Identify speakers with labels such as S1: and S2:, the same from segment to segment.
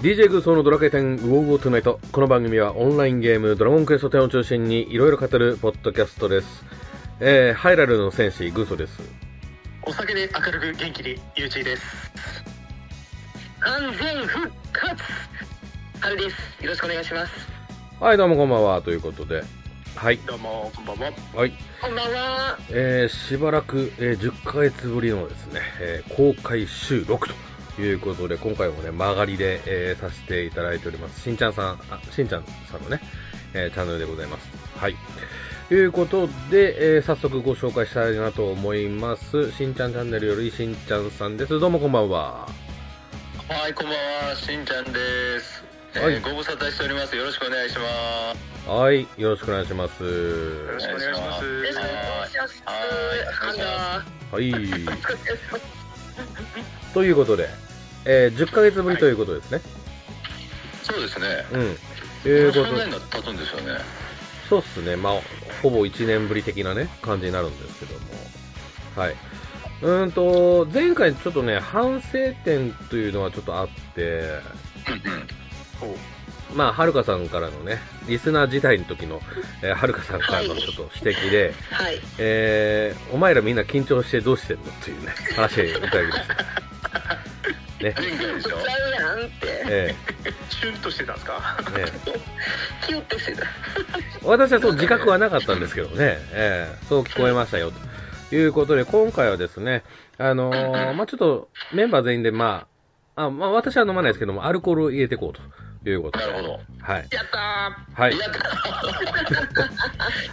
S1: DJ グーソーのドラクエ10ウォーウォートゥナイト。この番組はオンラインゲームドラゴンクエスト10を中心にいろいろ語るポッドキャストです。えー、ハイラルの戦士グーソーです。
S2: お酒で明るく元気にゆうちーです完全復活春ですよろしくお願いします
S1: はい、どうもこんばんは、ということで。はい、
S2: どうもこんばんは
S1: はい。
S2: こんばんは
S1: えー、しばらく、えー10ヶ月ぶりのですね、えー公開収録ということで、今回もね、曲がりで、えーさせていただいております。しんちゃんさん、あ、しんちゃんさんのね、えーチャンネルでございます。はい。ということで、えー早速ご紹介したいなと思います。しんちゃんチャンネルよりしんちゃんさんです。どうもこんばんは。
S2: はいこんばんはしんちゃんです、えー
S1: はい
S2: ご無沙汰しておりますよろしくお願いします
S1: はい、よろしくお願いします。
S2: よろしくお願いします
S3: よろしくお願いします。
S2: はい
S3: あ
S1: はい。
S3: らー
S1: ということで、えー10ヶ月ぶりということですね。
S2: そうですね
S1: うん。というこ
S2: もう
S1: と
S2: そんな
S1: で
S2: に。な経つんですよね
S1: そうっすね、まあ、ほぼ1年ぶり的なね、感じになるんですけども。はい。うーんと、前回ちょっとね、反省点というのはちょっとあって、まあ、はるかさんからのね、リスナー自体の時の、えーはるかさんからの
S3: はい
S1: ちょっと指摘で、
S3: はい。
S1: えーお前らみんな緊張してどうしてんのっていうね、話をいただきました。ね。
S2: 前回でし
S3: ち
S2: ょ
S3: ゃうやんって。
S1: え
S2: シュンとしてたんですか
S1: ーね
S3: キュッとしてた。
S1: 私はそう自覚はなかったんですけどね、ええそう聞こえましたよということで、今回はですね、あのーまあ、ちょっとメンバー全員で、まあ、あまあ、私は飲まないですけども、アルコールを入れていこうということで。
S2: なるほど
S1: はい。
S3: やった
S1: はい。
S2: やった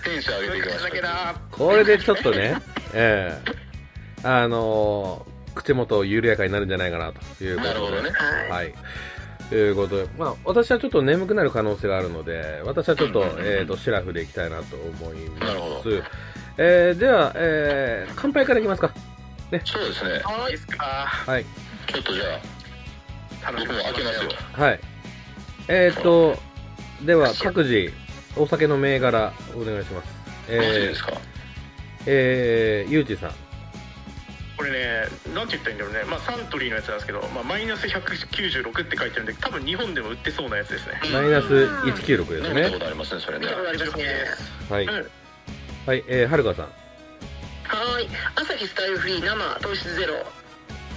S2: テンション上げていきましょう
S1: これでちょっとね、 ええあのー口元緩やかになるんじゃないかなということで。
S2: なるほどね
S3: は
S1: は
S3: い
S1: い。ということで、まあ、私はちょっと眠くなる可能性があるので、私はちょっと、
S2: うんうんうん
S1: えっ、と、シラフでいきたいなと思いま
S2: なるほ
S1: す。えー、では、えー、乾杯からいきますか。
S2: そうですね
S3: ー。はい。
S1: はい。
S2: ちょっとじゃあ僕も開けますよ
S1: はい。えっ、と、では、各自、お酒の銘柄、お願いします。
S2: よろしい
S1: え
S2: です
S1: ー、
S2: か
S1: えー、ゆうちさん。
S4: これね、なんて言ったらいいんだろうね、まあ、サントリーのやつなんですけど、まあ、マイナス196って書いてるんで、多分日本でも売ってそうなやつですね。
S1: マイナス196で
S2: 飲
S1: す
S2: んだこ
S1: ね。
S2: とありますねそれね
S3: 見たことありますね。
S1: はい。
S4: うん
S1: はい、えー、はるかさん。
S3: はーい。朝日スタイルフリー生糖質ゼロ。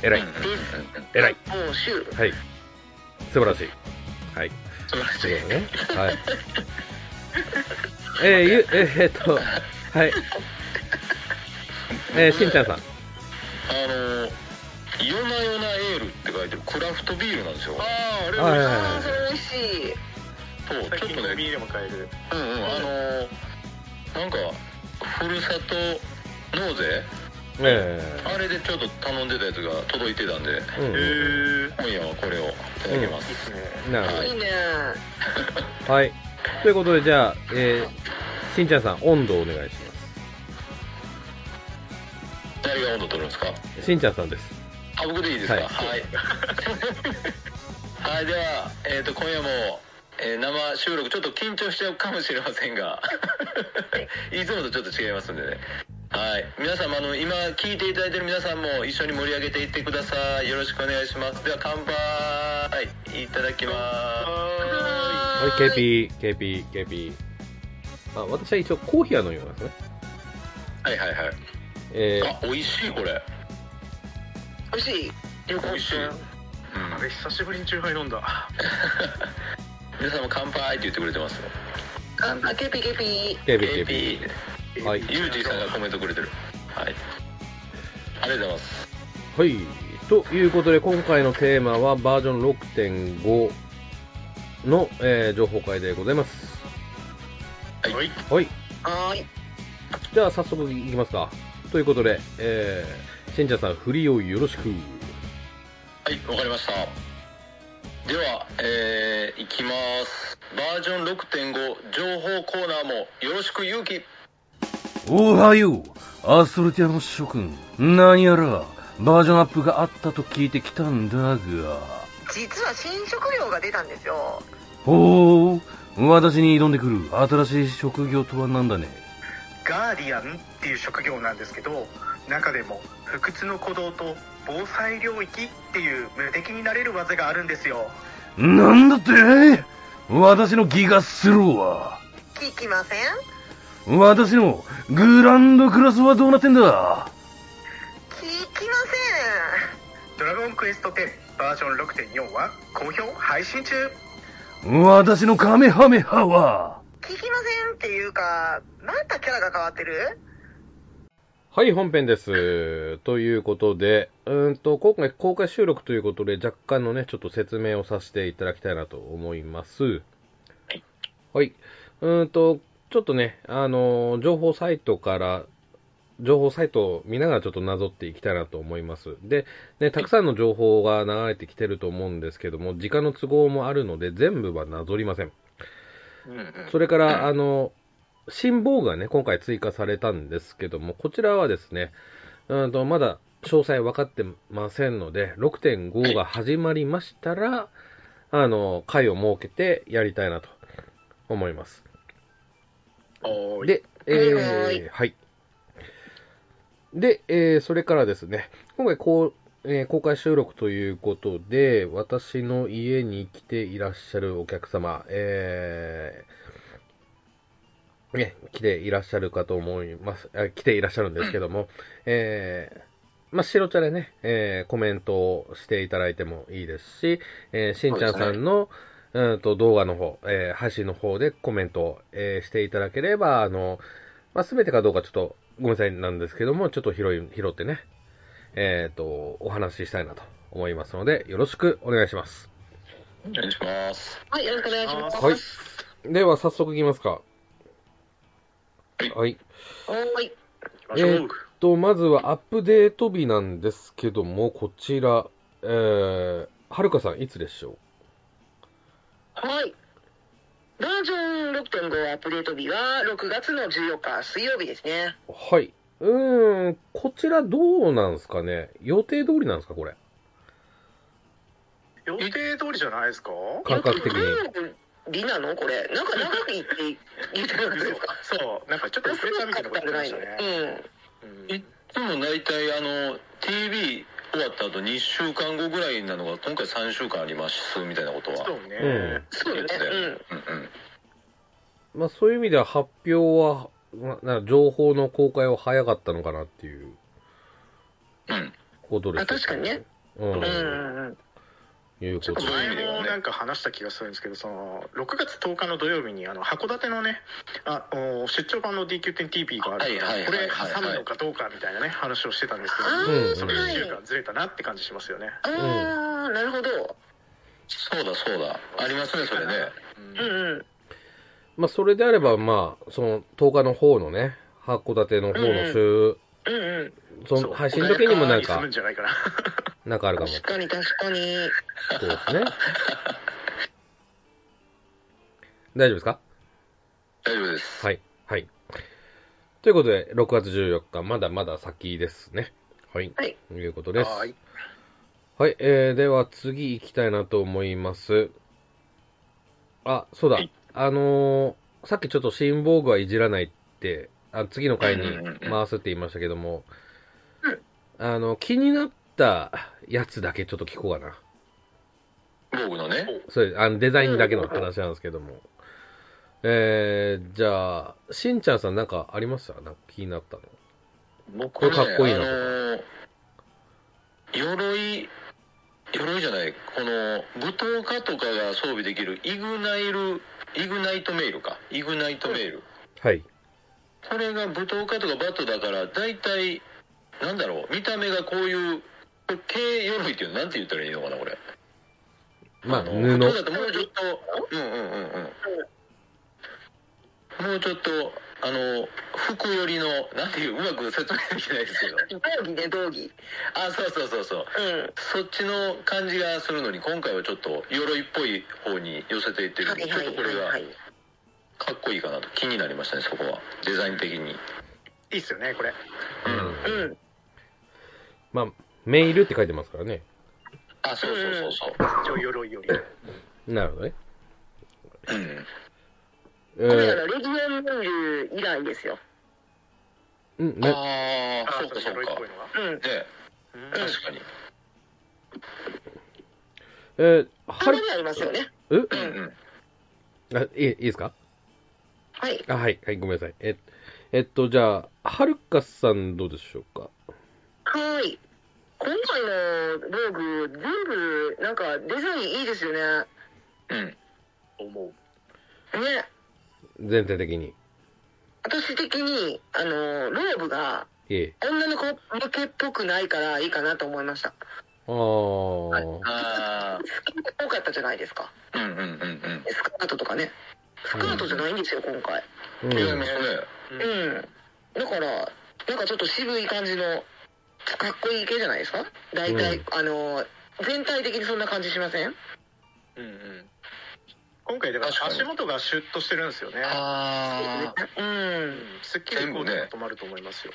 S1: えらい
S2: うん。うんうん
S1: えらい。
S3: もう週。
S1: はい。素晴らしい。はい。
S2: 素晴らし
S1: と
S2: い
S1: いうことでね。はい。 えー、ゆ、えーえーっと、はい。えー、しんちゃんさん。
S2: あの「夜な夜なエール」って書いてるクラフトビールなんですよ
S4: ああ、俺
S1: はい
S4: も
S1: はい
S3: あーそれ美味しい。
S2: そう
S4: 最
S2: ちょ
S4: 近
S2: っと
S4: コンビニ
S2: ね
S4: でも買える。
S2: うんうんあのなんかふるさと納税
S1: え
S2: あれでちょっと頼んでたやつが届いてたんで
S1: ー。うん
S4: へー
S2: 今夜はこれをいただきま
S4: いいっ
S2: す
S4: すね。
S1: うん。なるほど
S3: いいね。
S1: はい。ということで、じゃあ、えー、しんちゃんさん、温度をお願いしま
S2: 誰が温度取るんですか
S1: す。しんちゃんさんです。
S2: あ僕でいいですか
S1: は
S2: はいい はいでは、えー、と今夜も、えー生収録ちょっと緊張しちゃうかもしれませんが いつもとちょっと違いますんでねはい皆様あの今聞いていただいてる皆さんも一緒に盛り上げていってくださいよろしくお願いしますでは乾杯いただきます
S1: はい、
S3: はーい。
S1: KP、KP、KP。あ、私は一応コーヒーは飲みますね。
S2: はいはいはい
S1: え
S2: あ美味しいこれ
S3: 美味しい。
S4: よ
S2: 美味しい、うん、
S4: あれ、久しぶりにチューハイ飲んだ。
S2: 皆さんも乾杯って言ってくれてます
S3: 乾杯ケピケピ。
S1: ー、KP、KP。はい
S2: ユージさんがコメントくれてるはいありがとうございます
S1: はい。ということで、今回のテーマはバージョン6.5の、えー情報会でございます。
S2: はい
S4: はい。
S1: はい。
S3: はーい。
S1: じゃあ、早速いきますか。ということで、えー、しんちゃんさん、振りをよろしく。
S2: はい、わかりました。では、えー、いきます。バージョン6.5情報コーナーもよろしく勇気。
S5: おはよう、アストルティアの諸君。何やら、バージョンアップがあったと聞いてきたんだが。
S3: 実は新食料が出たんですよ。
S5: ほう、私に挑んでくる新しい職業とは何だね。
S6: ガーディアンっていう職業なんですけど中でも不屈の鼓動と防災領域っていう無敵になれる技があるんですよ
S5: なんだって私のギガスローは
S7: 聞きません
S5: 私のグランドクラスはどうなってんだ
S7: 聞きませ
S6: ドラゴンクエスト10バージョン6.4は好評配信中
S5: 私のカメハメハは
S7: ん聞きませんっていうか、またキャラが変わってる
S1: はい、本編です。ということで、うーんと、今回公開収録ということで、若干のね、ちょっと説明をさせていただきたいなと思います。はい。うーんと、ちょっとね、あのー情報サイトから、情報サイトを見ながらちょっとなぞっていきたいなと思います。で、ね、たくさんの情報が流れてきてると思うんですけども、時間の都合もあるので、全部はなぞりません。
S2: うんうん
S1: それから、あの、辛抱がね、今回追加されたんですけども、こちらはですね、うんとまだ詳細分かってませんので、6.5が始まりましたら、あの、会を設けてやりたいなと思います。
S2: おーい
S1: で、え
S7: はいはい
S1: ー、はい。で、えー、それからですね、今回こう、えー公開収録ということで、私の家に来ていらっしゃるお客様、えー、ね、来ていらっしゃるかと思います。あ来ていらっしゃるんですけど も、えー、まあ、白茶でね、えーコメントをしていただいてもいいですし、えーしんちゃんさんの、うんと動画の方、えー配信の方でコメントを、えーしていただければ、あの、まあ、すべてかどうかちょっと、ごめんなさいなんですけども、ちょっと拾い、拾ってね、えっ、と、お話ししたいなと思いますので、よろしくお願いします。
S2: お願いします
S7: んはい、よろしくお願いします。
S1: はい。では、早速いきますか。はい。
S7: はい。
S1: えーっと、まずはアップデート日なんですけども、こちら、えー、はるかさん、いつでしょ
S7: はい。バージョン6.5アップデート日は6月の14日水曜日ですね。
S1: うはい。うーん、こちらどうなんですかね予定通りなんですかこれ。
S6: 予定通りじゃないですか
S1: 感覚的に。
S7: リなのこれ。なんか長く言って言ってなかったですか
S6: そうなんかちょっと遅れたみたいなこと言ってましたね、うん
S2: いつも大体あの TV 終わった後2週間後ぐらいなのが今回3週間ありますみたいなことは
S6: そうね、
S1: うん
S7: そうね。
S2: うんうん
S1: まあ、そういう意味では発表は、まあ、なんか情報の公開は早かったのかなっていう
S2: うん
S1: ことです
S7: あ確かにね。
S1: うん。
S7: うん。うんうん。
S1: いう
S6: ちょ
S1: こ
S6: っと
S1: と。
S6: 前もなんか話した気がするんですけど、その6月10日の土曜日にあの函館のね、あお出張版の DQ10TV があるか
S2: はい
S6: ら、
S2: はい
S6: こ
S2: はい
S6: れ
S2: はい
S6: 挟むのかどうかみたいなね、話をしてたんですけ
S7: あ
S6: ど、
S1: うん
S7: ー、
S6: それ
S7: は
S6: 1
S7: い
S6: 週。間ずれたなって感じしますよね。
S7: あー、なるほど。
S2: そうだそうだありますねそれね
S6: うん
S7: うんうん。
S1: まあ、それであれば、まあ、その10日の方のね、函館の方の週、
S7: うん
S1: その配信の時にもな
S6: 穏やか
S1: ん
S6: に済
S1: か
S6: むん、じゃないかな。
S1: なんかある
S7: う
S1: か
S7: ん。
S1: も。
S7: 確かに確かに。
S1: そうですね。大丈夫ですか
S2: 大丈夫です
S1: はい。はい。ということで、6月14日、まだまだ先ですね。はい。
S7: はい
S1: ということです。
S6: はい
S1: はい。えー、では、次行きたいなと思います。あ、そうだ。あのー、さっきちょっと新防具はいじらないって、あ次の回に
S2: うんうんうん
S1: 回すって言いましたけども、あの、気になったやつだけちょっと聞こうかな。
S2: 防具のね
S1: それ、あの、デザインだけの話なんですけども。えー、じゃあ、しんちゃんさんなんかありましたなんか気になったの。
S2: 僕はね
S1: これかっこいいな
S2: あのー鎧鎧じゃないこの舞踏家とかが装備できるイグナイルイグナイトメイルかイグナイトメイル、
S1: はい。
S2: これが舞踏家とかバットだから大体なんだろう見た目がこういうこれ軽鎧っていうのなんて言ったらいいのかなこれ
S1: まあ、
S2: の
S1: 布。
S2: 普通だともうちょっとうんうんうんうんもうちょっとあの服よりのなんていううまく説明できないですけど
S7: 道着ね、道着。
S2: あそうそうそうそう
S7: うん。
S2: そっちの感じがするのに今回はちょっと鎧っぽい方に寄せていってるん
S7: は
S2: で
S7: い
S2: ちょっ
S7: は
S2: と
S7: い
S2: これ
S7: は
S2: が
S7: い。
S2: かっこいいかなと気になりましたねそこはデザイン的に
S6: いいっすよね、これ。
S2: うん
S7: うん。
S1: まあ、メールって書いてますからね。
S2: あそうそうそうそう
S6: 一応鎧より。
S1: なるほどね。
S2: うん
S1: え
S7: これあの
S1: ー、
S7: レジオンモール以来ですよ。
S1: うん、ね、
S2: ああ
S6: あ
S2: そうかそう
S6: 鎧っ
S2: か
S6: ぽいのが。
S7: うん。
S2: ね
S6: うん
S2: 確かに
S1: えー、
S7: た
S1: は
S7: ま
S1: る
S7: に、ありますよね。
S1: え
S2: うんうん。
S1: あいいいいですか
S7: はい。
S1: あ、はい、はい、ごめんなさい。え、えっと、じゃあ、はるかさんどうでしょうか
S7: はい。今回の防具、全部、なんか、デザインいいですよね。
S2: うん。
S4: 思う。
S7: ね。
S1: 全体的に。
S7: 私的に、あの、ローブが、
S1: ええ。
S7: 女の子向けっぽくないからいいかなと思いました。
S1: ああ、
S2: あ
S7: スキー多かったじゃないですか。
S2: あ。うんうんうん
S7: スカートとかね。スカートじゃないんですよ、今回。
S1: う
S2: うん。違い
S1: ん
S2: ま。すね。
S7: うん。だから、なんかちょっと渋い感じの、かっこいい系じゃないですか大体、
S1: うん
S7: あの、全体的にそんな感じしません
S4: うんうん。今回でも
S2: 確かに
S4: 足元がシュッとしてるんですよね。
S2: あ
S7: うん。
S4: すっきりこう
S2: 全部ね
S4: 止まると思いますよ。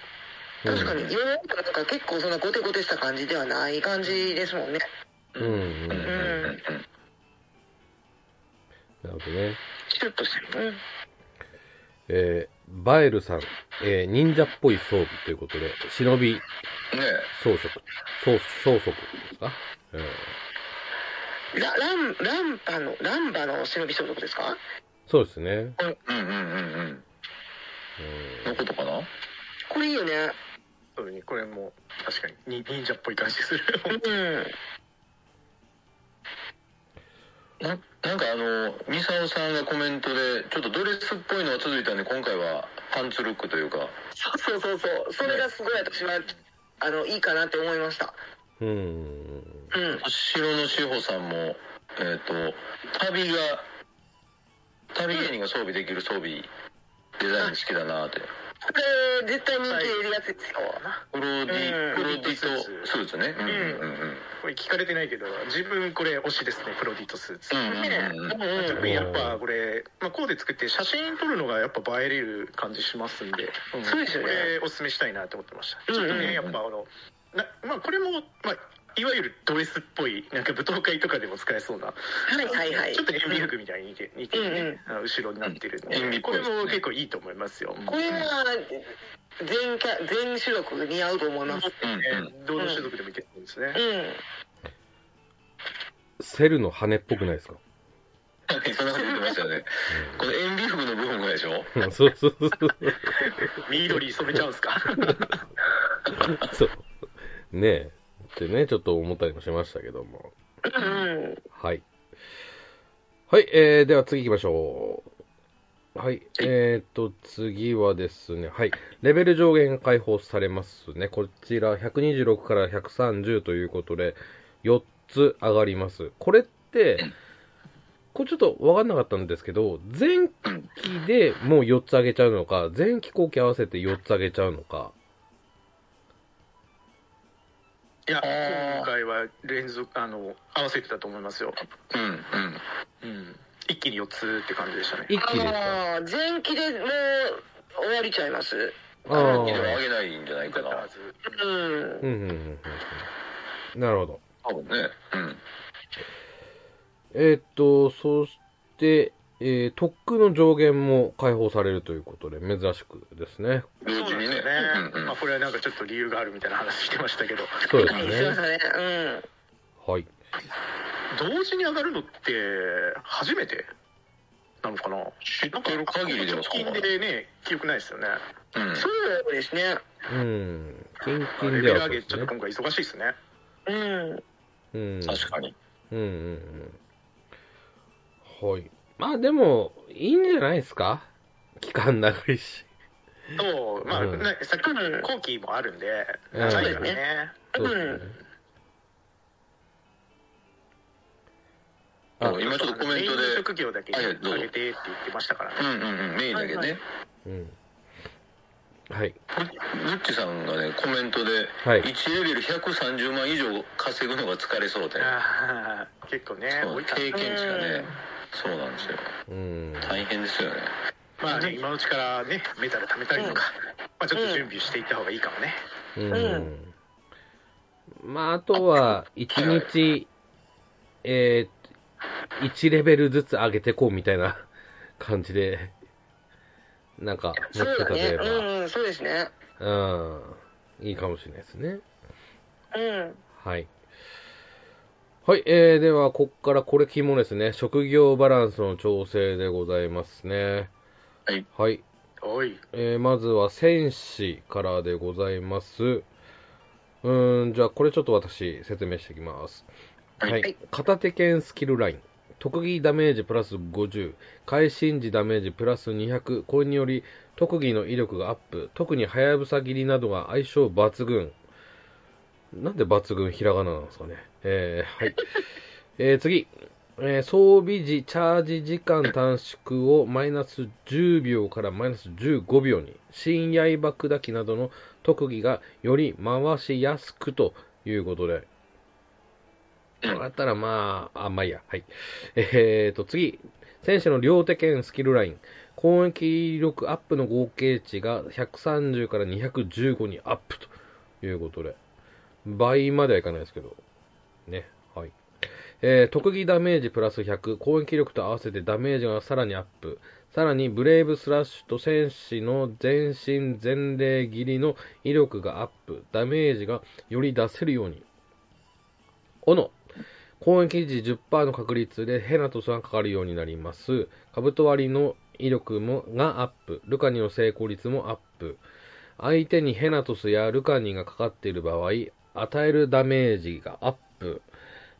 S7: 確かに、ヨーロッパとか結構そんなゴテゴテした感じではない感じですもんね。
S1: うん。うん。
S2: あ。うんうん
S1: な
S2: うんうん。
S1: るほどね。
S7: シュッとしてる。
S1: えー、バエルさん、えー、忍者っぽい装備ということで、忍び
S2: ねえ。
S1: 装飾、装装飾ですかえ
S7: うん。ラ、ラン、ランパの、ランバの忍び装束ですか
S1: ーそうですね。
S2: うんうんうんうん。のことかな
S7: これいいよね。
S4: 特にこれも確かにに忍者っぽい感じする。
S7: うん。
S2: ななんかあの、ミサオさんがコメントで、ちょっとドレスっぽいのが続いたんで、今回はパンツルックというか、
S7: そうそうそうそう。それがすごい私は、あの、いいかなって思いました。
S1: うん。うん。
S7: うん。
S2: 白の志保さんも、えっ、と、旅が、旅芸人が装備できる装備、デザイン好きだなって。
S7: これ、絶対人気出るやつですよ。
S2: 黒ロディ、
S7: うん
S2: 黒ロディとスーツね。うんうん
S4: これ聞かれてないけど、自分これ推しですね、プロディートスーツ。
S2: うん。うんうんうん。
S7: うんうん。
S4: 特にやっぱこれ、まあ、こうで作って写真撮るのがやっぱ映えれる感じしますんで、うん
S7: そうですよね
S4: これおすすめしたいなと思ってましたちょっと
S7: うんうん
S4: ねやっぱあのな、まあ、これも、まあ、いわゆるドレスっぽいなんか舞踏会とかでも使えそうな
S7: はいはいはい
S4: ちょっ。と演美服みたいに似て似てるね、あの後ろになってるんで、
S2: うん
S4: これも結構いいと思いますよ、
S7: これは、全キャ、全種族似合うと思います。
S2: うんうん
S4: えーどの種族でもいけるんですね、
S7: うん。
S1: セルの羽っぽくないですか
S2: そんなこと言ってましたよね。この塩ビ服の部分がでしょ
S1: うんそうそうそうそう。
S4: 緑染めちゃうんすか
S1: そう。ねえ。ってね、ちょっと思ったりもしましたけども。
S7: うん。
S1: はい。はい、えー、では次行きましょう。はい、えーと、次はですね、はい、レベル上限が解放されますね。こちら、126から130ということで、4つ上がります。これって、これちょっと分かんなかったんですけど、前期でもう4つ上げちゃうのか、前期後期合わせて4つ上げちゃうのか、
S4: いや
S2: あー
S4: 今回は連続あの合わせてたと思いますよ、
S2: うんうん。
S4: うん、一気に4つって感じでしたね
S1: 一
S7: あ
S1: 気ですか
S7: のー、前期でもう終わりちゃいます。
S1: あ
S2: 色は
S1: ー
S2: 上げないんじゃないかな。
S7: うん。
S1: うんうんうんうんうん。なるほど。
S2: 多分ね。うん。
S1: えーっと、そして、えー特区の上限も解放されるということで、珍しくですね。
S2: 同時にね。うんうん
S4: まあ、これはなんかちょっと理由があるみたいな話してましたけど、
S1: そうです
S7: いいですよ
S1: ね。
S7: ね。
S1: はい。
S4: 同時に上がるのって初めてなのかな
S2: 知ってる限りでは
S4: 直
S2: そうか
S4: 近
S2: な。
S4: でね、記憶ないですよね。
S2: うん
S7: うん。そうですね。
S1: うん。近
S4: レ
S1: 々
S4: ベ
S1: で
S4: ル
S1: はそ
S4: 上
S1: う
S4: げ、
S1: で
S4: ち
S1: す
S4: ょっ
S1: ね
S4: と。今回忙しいですね。
S7: うん。
S1: うん。
S2: 確かに。
S1: うんうんうん。はい。まあでも、いいんじゃないですか期間長いし。
S4: と、まあ、
S1: うん
S4: ねさっきの後期もあるんで、
S1: うん
S4: 長いからね。
S1: そうですね。
S2: 今ちょっとコメント
S4: メインの
S2: で。
S4: 職業だけ
S2: はいはいどうぞ
S4: 上げてって言ってましたから
S2: う
S4: ね。
S2: んうんうん、メインだけどね。
S1: うん。はい。
S2: ムッチさんがね、コメントで、
S1: はい
S2: 1レベル130万以上稼ぐのが疲れそうで、
S4: あー結構ね、
S2: そ
S4: 多
S2: う
S4: いから
S2: 経験値がね、そうなんですよ。
S1: うん。
S2: 大変ですよね。
S4: まあね、今のうちからね、メタル貯めたりとか、まあちょっと準備していった方がいいかもね。
S1: うん。まあ、あとは、1日、えー、1レベルずつ上げてこうみたいな 感じで、なんか、持
S7: そ
S1: っ
S7: う
S1: て
S7: だ
S1: たと
S7: ね
S1: え。ば、
S7: うん、そうですね。
S1: うん、いいかもしれないですね。
S7: うん。
S1: はい。はい、えー、では、ここからこれ肝ですね。職業バランスの調整でございますね。
S2: はい。
S1: はい。
S4: おい。
S1: えー、まずは戦士からでございます。うーん、じゃあこれちょっと私説明していきます。
S2: はい
S1: はい。片手剣スキルライン。特技ダメージプラス50、会心時ダメージプラス200、これにより特技の威力がアップ、特にハヤブサ切りなどが相性抜群。なんで抜群ひらがななんですかね。えー、はい。 えー、次、えー装備時、チャージ時間短縮をマイナス10秒からマイナス15秒に、深夜刃砕きなどの特技がより回しやすくということで、
S2: うん
S1: だったらまあ、あ、まあいいや、はい。 えーと、次、選手の両手剣スキルライン、攻撃力アップの合計値が130から215にアップということで、倍まではいかないですけど、ね、はい。えー特技ダメージプラス100、攻撃力と合わせてダメージがさらにアップ。さらに、ブレイブスラッシュと戦士の全身全霊斬りの威力がアップ。ダメージがより出せるように。斧。攻撃時10%の確率でヘナトスがかかるようになります。カブトワリの威力もがアップ。ルカニの成功率もアップ。相手にヘナトスやルカニがかかっている場合、与えるダメージがアップ。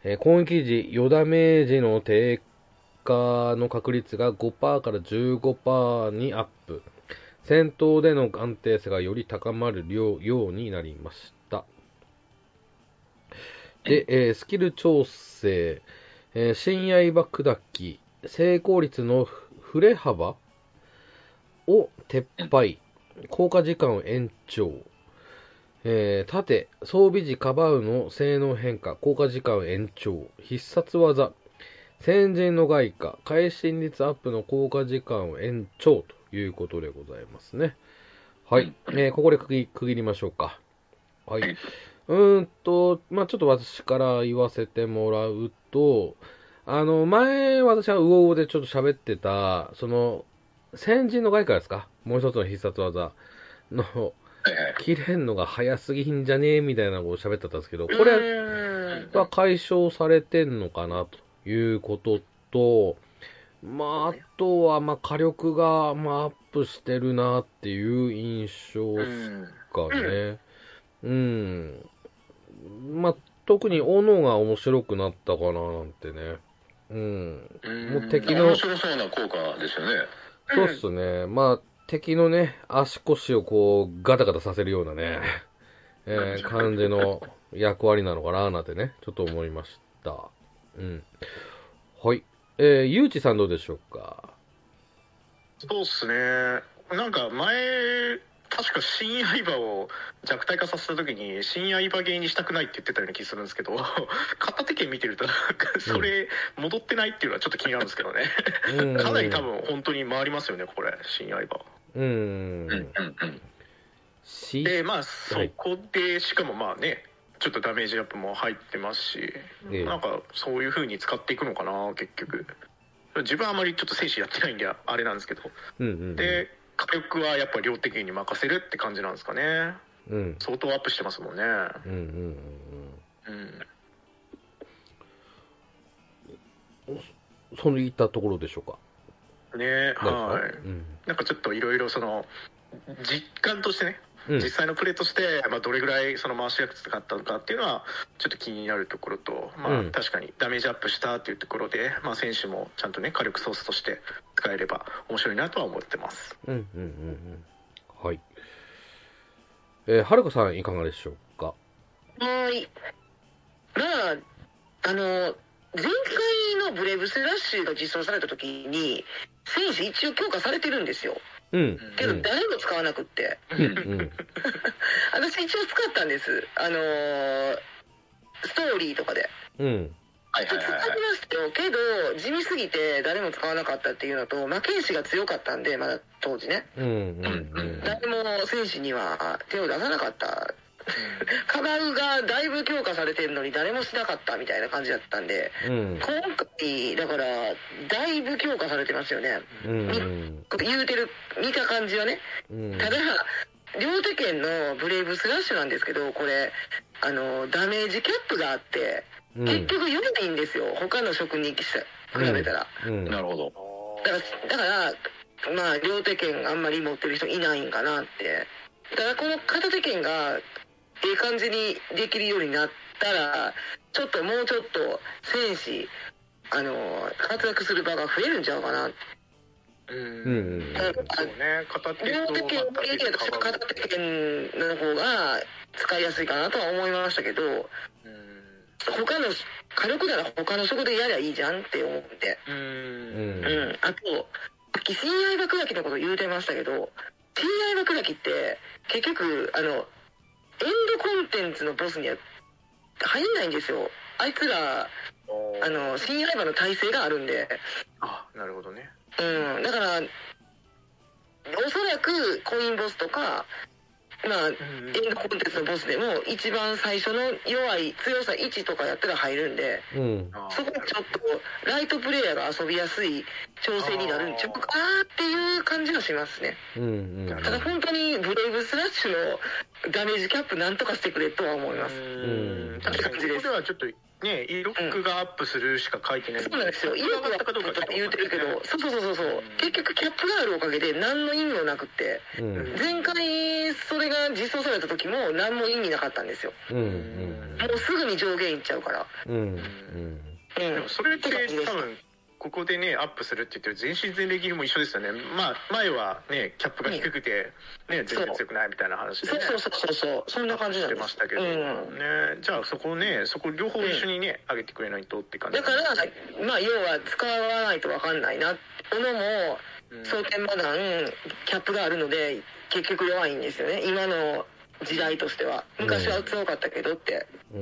S1: えー攻撃時、余ダメージの低下の確率が5%から15%にアップ。戦闘での安定性がより高まるようようになりました。で、えースキル調整、えー、深夜刃砕き、成功率のふ振れ幅を撤廃、効果時間を延長、えー盾、装備時カバウの性能変化、効果時間を延長、必殺技、先人の外貨、会心率アップの効果時間を延長ということでございますね。はい。えーここで区切区切りましょうか。はい。うーんと、まあちょっと私から言わせてもらうと、あの、前、私はウオウオでちょっと喋ってた、その、先人の外貨ですかもう一つの必殺技の、
S2: はいはい。
S1: 切れんのが早すぎんじゃねえみたいなことを喋ってたんですけど、これ
S3: うん
S1: は解消されてんのかなということと、まあ、あとは、まあ、火力が、まあ、アップしてるなっていう印象
S2: う
S1: です
S2: ん。
S1: かね。うん。まあ、特に斧が面白くなったかななんてね。うん。もう敵の
S2: 面白そうな効果ですよね。
S1: そうっすね。まあ、敵のね、足腰をこう、ガタガタさせるような ね、えー感じの役割なのかななんてね、ちょっと思いました。うん。はい。えー、ゆうちさんどうでしょうか
S4: そうっすね。なんか前、確か新刃を弱体化させた時に、新刃芸にしたくないって言ってたような気するんですけど、 片手剣見てると、なんかそれ、戻ってないっていうのはちょっと気になるんですけどね。
S1: うん
S4: かなり多分本当に回りますよね、これ、新刃。
S1: うん
S2: う。んうんうん。
S1: し、
S4: で、まあ、そ
S1: はい
S4: こで、しかもまあね、ちょっとダメージアップも入ってますし、
S1: ええ
S4: なんかそういう風に使っていくのかな、結局。自分はあまりちょっと戦士やってないんで、あれなんですけど。
S1: うんうんうん。
S4: で、火力はやっぱ両手剣に任せるって感じなんですかね。
S1: うん。
S4: 相当アップしてますもんね。
S1: うんうんうん
S4: うん。
S1: うん。そういったところでしょうか
S4: ねは
S1: どうですか
S4: い。なんかちょっといろいろその、実感としてね、
S1: うん。うん
S4: 実際のプレーとして、まあ、どれぐらいその回し役使ったのかっていうのは、ちょっと気になるところと、まあ
S1: うん、
S4: 確かにダメージアップしたっていうところで、まあ、選手もちゃんとね、火力ソースとして使えれば面白いなとは思ってます。
S1: うんうんうんうん。はい。えー、はるかさんいかがでしょうか
S3: はーい。まあ、あの、前回のブレイブスラッシュが実装された時に、選手一応強化されてるんですよ。
S1: うん。
S3: けど誰も使わなくって。
S1: うん。
S3: 私一応使ったんです。あのーストーリーとかで。
S1: うん。
S2: はい
S3: 使
S2: はいい
S3: ま
S2: はいはい。
S3: したよ。けど、地味すぎて誰も使わなかったっていうのと、魔剣士が強かったんで、まだ当時ね。
S1: うん。うん。うん。
S3: 誰も選手には手を出さなかった。カバウがだいぶ強化されてるのに誰もしなかったみたいな感じだったんで、
S1: うん。
S3: 今回、だから、だいぶ強化されてますよね。
S1: うん。
S3: 言うてる、見た感じはね。
S1: うん。
S3: ただ、両手剣のブレイブスラッシュなんですけど、これ、あの、ダメージキャップがあって、
S1: うん
S7: 結局弱いんですよ他の職に比べたら、
S1: うん
S2: なるほど。
S7: だからだからまあ両手剣あんまり持ってる人いないんかなってだからこの片手剣がええ感じにできるようになったらちょっともうちょっと戦士あの活躍する場が増えるんちゃうかな
S1: うんうん
S7: あ
S6: そうね、片手
S7: 両
S6: と
S7: 手剣もいいけどちょっと片手剣の方が使いやすいかなとは思いましたけど
S6: うん
S7: 他の火力なら他の職でやりゃいいじゃんって思って
S6: う
S1: うんん
S7: うん、あとさっき親愛爆撃のこと言うてましたけど親愛爆撃って結局あのエンドコンテンツのボスには入んないんですよあいつらあの親愛馬の体制があるんで
S6: あなるほどね
S7: うん、だから、おそらくコインボスとか、まあ、エ
S6: ん
S7: ンドコンテンツのボスでも、一番最初の弱い強さ1とかやったら入るんで、
S1: うん
S6: あー
S7: そこにちょっと、ライトプレイヤーが遊びやすい調整になるんちゃうかなっていう感じがしますね。
S1: うん
S7: ただ本当に、ブレイブスラッシュのダメージキャップなんとかしてくれとは思います。
S6: うん確かに
S7: うん
S6: ここではちょっとね威力がアップするしか書いてない
S7: そうなんですよ。意欲があったかどうかって言うてるけど、そうそうそうそう。結局キャップがあるおかげで何の意味もなくって、
S1: うんうん
S7: 前回それが実装された時も何も意味なかったんですよ
S1: うんうん
S7: もうすぐに上限いっちゃうから
S1: うん
S7: うん
S6: でもそれって
S7: って感じでし
S6: 多
S7: た
S6: 分ここでねアップするって言ってる全身全霊切りも一緒ですよねまあ前はねキャップが低くてね全然強くないみたいな話で
S7: そう
S6: ね
S7: そうそうそうそうそんな感じな
S6: し
S7: ん
S6: て
S7: で
S6: ますしたけど
S7: う
S6: ね
S7: ん
S6: じゃあそこねそこ両方一緒にね上げてくれないとって感じ
S7: だからまあ要は使わないと分かんないな斧も
S6: うん
S7: 装填マダンキャップがあるので結局弱いんですよね今の時代としては昔は強かったけどって、
S1: うん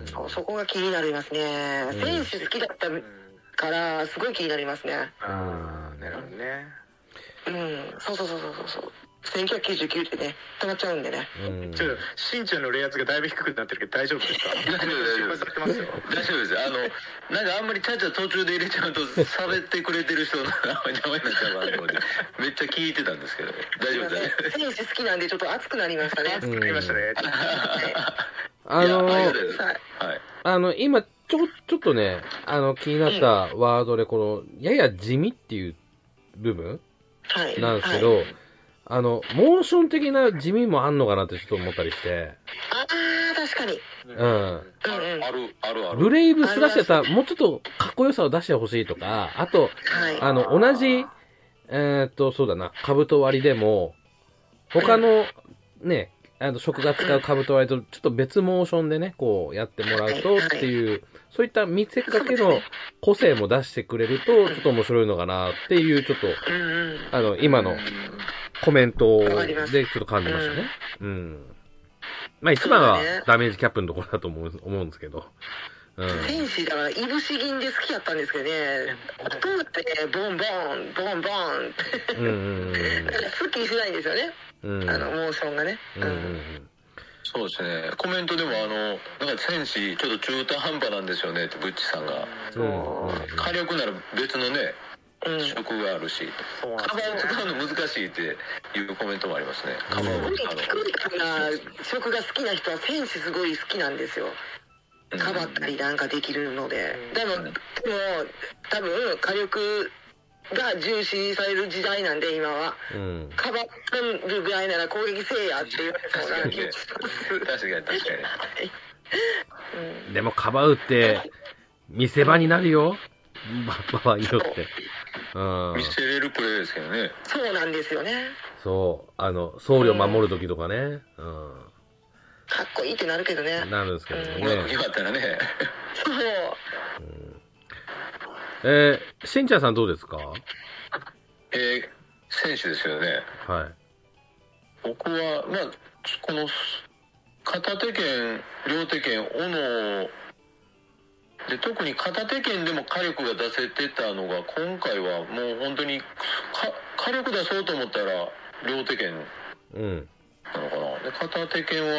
S1: うん
S7: そうそこが気になりますね、
S1: うん
S7: 選手好きだった
S6: うん
S7: からすごい気になりますね
S6: ああなるほどね
S7: うんそうそうそうそうそうそう1999ってね止まっちゃうんでね
S1: うん
S6: ちょっとしんちゃんのレア圧がだいぶ低くなってるけど大丈夫ですか
S2: 大丈夫大丈
S6: 心
S2: 夫
S6: 配されてますよ
S2: 大丈夫です。あの、なんかあんまりちゃちゃ途中で入れちゃうと、喋ってくれてる 人の邪魔になっちゃうかなと思って、めっちゃ聞いてたんですけど、大
S7: すい
S2: 丈夫
S7: ま
S2: です大丈夫で
S7: せん選手好きなんでちょっと熱くなりましたね
S1: うん
S6: わかりましたね
S7: はい
S1: あの
S2: いや大丈夫
S1: ー
S2: です
S7: はい
S2: はい。
S1: あの、今、ちょ、ちょっとね、あの、気になったワードで、この、やや地味っていう部分
S7: はい
S1: なんですけど、
S7: はい
S1: あの、モーション的な地味もあんのかなってちょっと思ったりして、
S7: ああ確かに
S1: うん。
S7: うんうん
S2: ある、ある、ある。
S1: ブレイブスラッシュだったら、もうちょっとかっこよさを出してほしいとか、あと、
S7: はい
S1: あの、同じ、えーっと、そうだな、兜割りでも、他の、ね、あの、職が使う兜割りと、ちょっと別モーションでね、こう、やってもらうとっていう、そういった見せかけの個性も出してくれると、ちょっと面白いのかなっていう、ちょっと、
S7: うんうん
S1: あの、今のコメントで、ちょっと感じましたね。うん。まあ、一番は
S7: そうだね
S1: ダメージキャップのところだと思う思うんですけど。うん。
S7: 選手だからいぶし銀で好きやったんですけどね音ってボンボンボンボンって
S1: うんうん
S7: だから好きにしないんですよね
S1: うんうん。
S7: あのモーションがね
S1: うんうん
S2: そうですね。コメントでも、あの、なんか戦士、ちょっと中途半端なんですよねって、ブッチさんが。
S1: うん。
S2: 火力なら別のね、
S7: うん
S2: 職があるし、
S6: そうなん
S2: カ
S6: で
S2: バーを
S6: すよね
S2: 使うの難しいっていうコメントもありますね。カバー
S7: 無
S2: を
S7: 理
S2: 使うの。
S7: 聞くような職が好きな人は選手すごい好きなんですよかばったりなんかできるので、でも、でも多分火力が重視される時代なんで、今は。
S1: うん。
S7: かばってるぐらいなら攻撃せえやって言われそう
S2: 確
S7: な
S2: かに
S7: 気
S2: ね
S7: がし
S2: 確かに確かに。
S1: でも、かばうって、見せ場になるよ。ば、ばばによって。うん
S2: 見。せれるプレイですけどね。
S7: ますそうなんですよね。
S1: そう。あの、僧侶守るときとかね。う
S7: かっこいいってなるけどね
S1: ん。。なるんですけど
S2: うまく
S1: ね
S2: 決。まったらね。
S7: そう。
S1: えー、しんちゃんさんどうですか
S2: えー、選手ですよね。
S1: はい。
S2: 僕は、まあ、この、片手剣、両手剣、斧で、特に片手剣でも火力が出せてたのが、今回はもう本当に、か火力出そうと思ったら、両手剣
S1: うん。
S2: なのかな。で、片手剣は、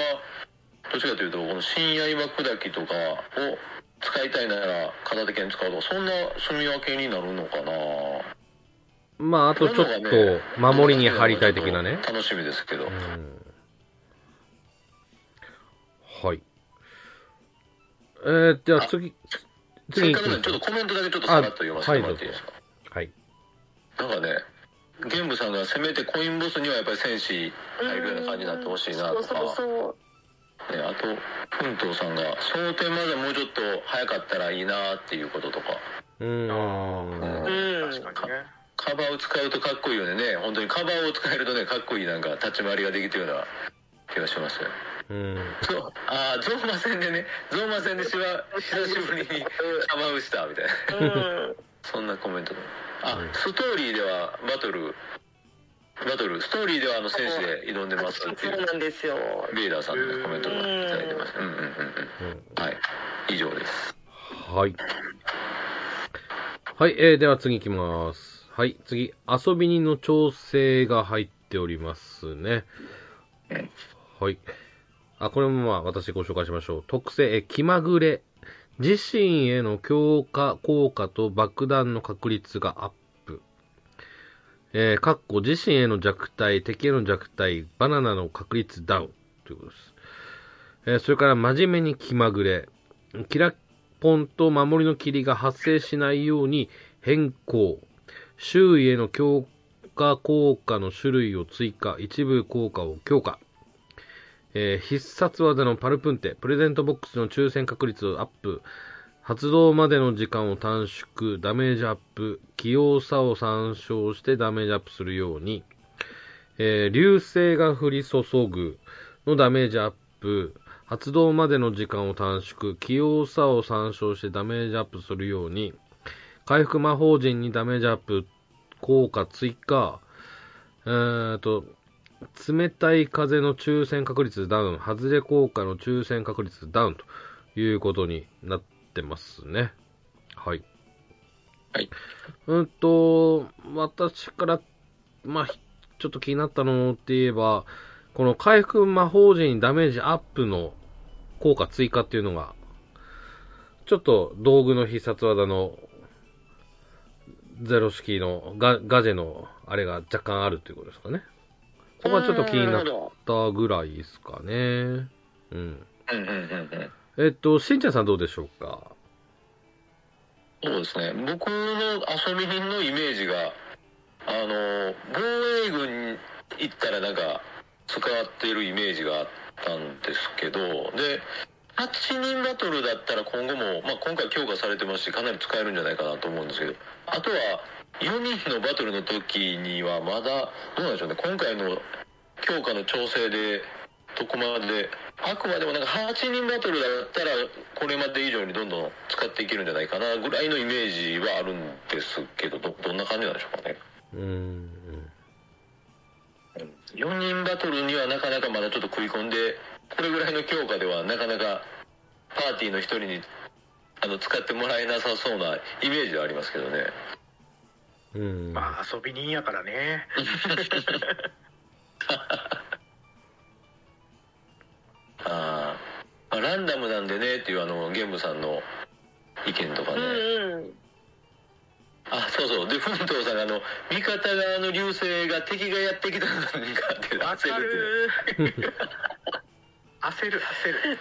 S2: どっちかというと、この深夜岩砕きとかを使いたいなら片手剣使うとか、そんな住み分けになるのかな。
S1: まあ、あとちょっと、守りに入りたい的なね。
S2: 楽しみですけど。
S1: うんはい。ええー、じゃあ次、
S2: せ
S1: 次
S2: っ
S1: 行き
S2: かくな
S1: ま
S2: んでち
S1: し
S2: ょっ
S1: ょう
S2: とコメントだけちょっとさらっと読ませてもらっていいですか、
S1: はい。
S2: なんかね、玄武さんがせめてコインボスにはやっぱり戦士入るような感じになってほしいなとか、
S3: そうそうそう
S2: ね、あと、奮闘さんが、焦点までもうちょっと早かったらいいなっていうこととか、
S1: うーん。
S7: うん
S4: 確かにね
S2: カバーを使うとかっこいいよねね、本当にカバーを使えるとね、かっこいいなんか立ち回りができたような気がしますよ。
S1: うん。
S2: そう、ああ、ゾーマ戦でね、ゾーマ戦でしば久しぶりにカバーをしたみたいな。
S7: うん
S2: そんなコメントだあ、
S1: うん
S2: ストーリーではバトル、バトル、ストーリーではあの戦士で挑んでますってい
S7: そう
S2: う、
S7: なんですよ。
S2: レーダーさんのコメントがいただいてます。うんうんうんうん。はい。以上です。
S1: はい。はい、えー、では次行きます。はい、次、遊び人の調整が入っておりますね。はい。あ、これもまあ、私ご紹介しましょう。特性、えー気まぐれ。自身への強化効果と爆弾の確率がアップ。えー、かっこ自身への弱体、敵への弱体、バナナの確率ダウン。ということです。えー、それから、真面目に気まぐれ。キラポンと守りの霧が発生しないように変更。周囲への強化効果の種類を追加。一部効果を強化。えー必殺技のパルプンテ。プレゼントボックスの抽選確率をアップ。発動までの時間を短縮。ダメージアップ。器用さを参照してダメージアップするように。えー流星が降り注ぐのダメージアップ、発動までの時間を短縮、器用さを参照してダメージアップするように、回復魔法陣にダメージアップ、効果追加、えーと、冷たい風の抽選確率ダウン、外れ効果の抽選確率ダウンということになってますね。はい。
S2: はい。
S1: うんと、私から、まあ、ひちょっと気になったのって言えば、この回復魔法陣にダメージアップの効果追加っていうのが、ちょっと道具の必殺技のゼロ式のガガジェのあれが若干あるっていうことですかね。ここはちょっと気になったぐらいですかね。うん。
S2: うんうんうんうん。
S1: えっと、しんちゃんさんどうでしょうか
S2: そうですね。僕の遊び人のイメージが、あの、防衛軍に行ったらなんか、使ってるイメージがあったんですけど、で、8人バトルだったら今後も、まあ、今回強化されてますし、かなり使えるんじゃないかなと思うんですけど、あとは、4人のバトルの時にはまだ、どうなんでしょうね、今回の強化の調整で、どこまで、あくまでもなんか8人バトルだったら、これまで以上にどんどん使っていけるんじゃないかなぐらいのイメージはあるんですけど、どどんな感じなんでしょうかね。
S1: うーん。
S2: 4人バトルにはなかなかまだちょっと食い込んでこれぐらいの強化ではなかなかパーティーの一人にあの使ってもらえなさそうなイメージはありますけどね
S1: うん。
S4: まあ遊び人やからね
S2: あー、まあランダムなんでねっていうあのゲームさんの意見とかね、
S7: うん
S2: あそうそうで奮闘さんがあの味方側の流星が敵がやってきたのにかって
S4: わかる焦る焦る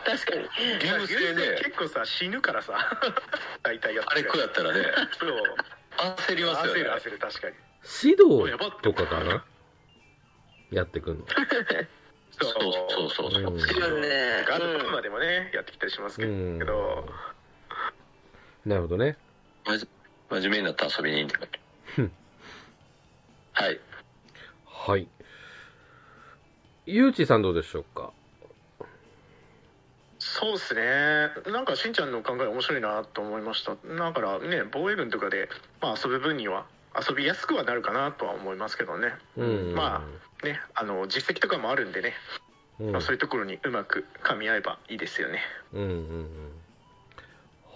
S7: 確かに。
S2: 流星
S4: 流星
S2: ね
S4: 結構さ死ぬからさ大体やっ
S2: あ
S4: て
S2: れ
S4: る
S2: 食ら ったらね
S4: そう
S2: 焦りますよ
S4: 焦
S2: ね
S4: る焦る確かに
S1: 指導とかかなやってくんの。
S4: そ
S2: そうそうそうそう、
S1: うん
S7: 違うね。
S4: ガルマでもね、やってきたりしますけど、
S1: うん
S4: けど
S1: なるほどね。
S2: まじ真面目になった遊び人って感
S1: ふん
S2: じ。はい。
S1: はい。ゆうちさんどうでしょうか
S4: そうですねなんかしんちゃんの考え面白いなと思いましただからね防衛軍とかで、まあ、遊ぶ分には遊びやすくはなるかなとは思いますけどね、
S1: うん。
S4: まあねあの実績とかもあるんでね、
S1: うん、
S4: まあ、そういうところにうまく噛み合えばいいですよね
S1: うんうんうん。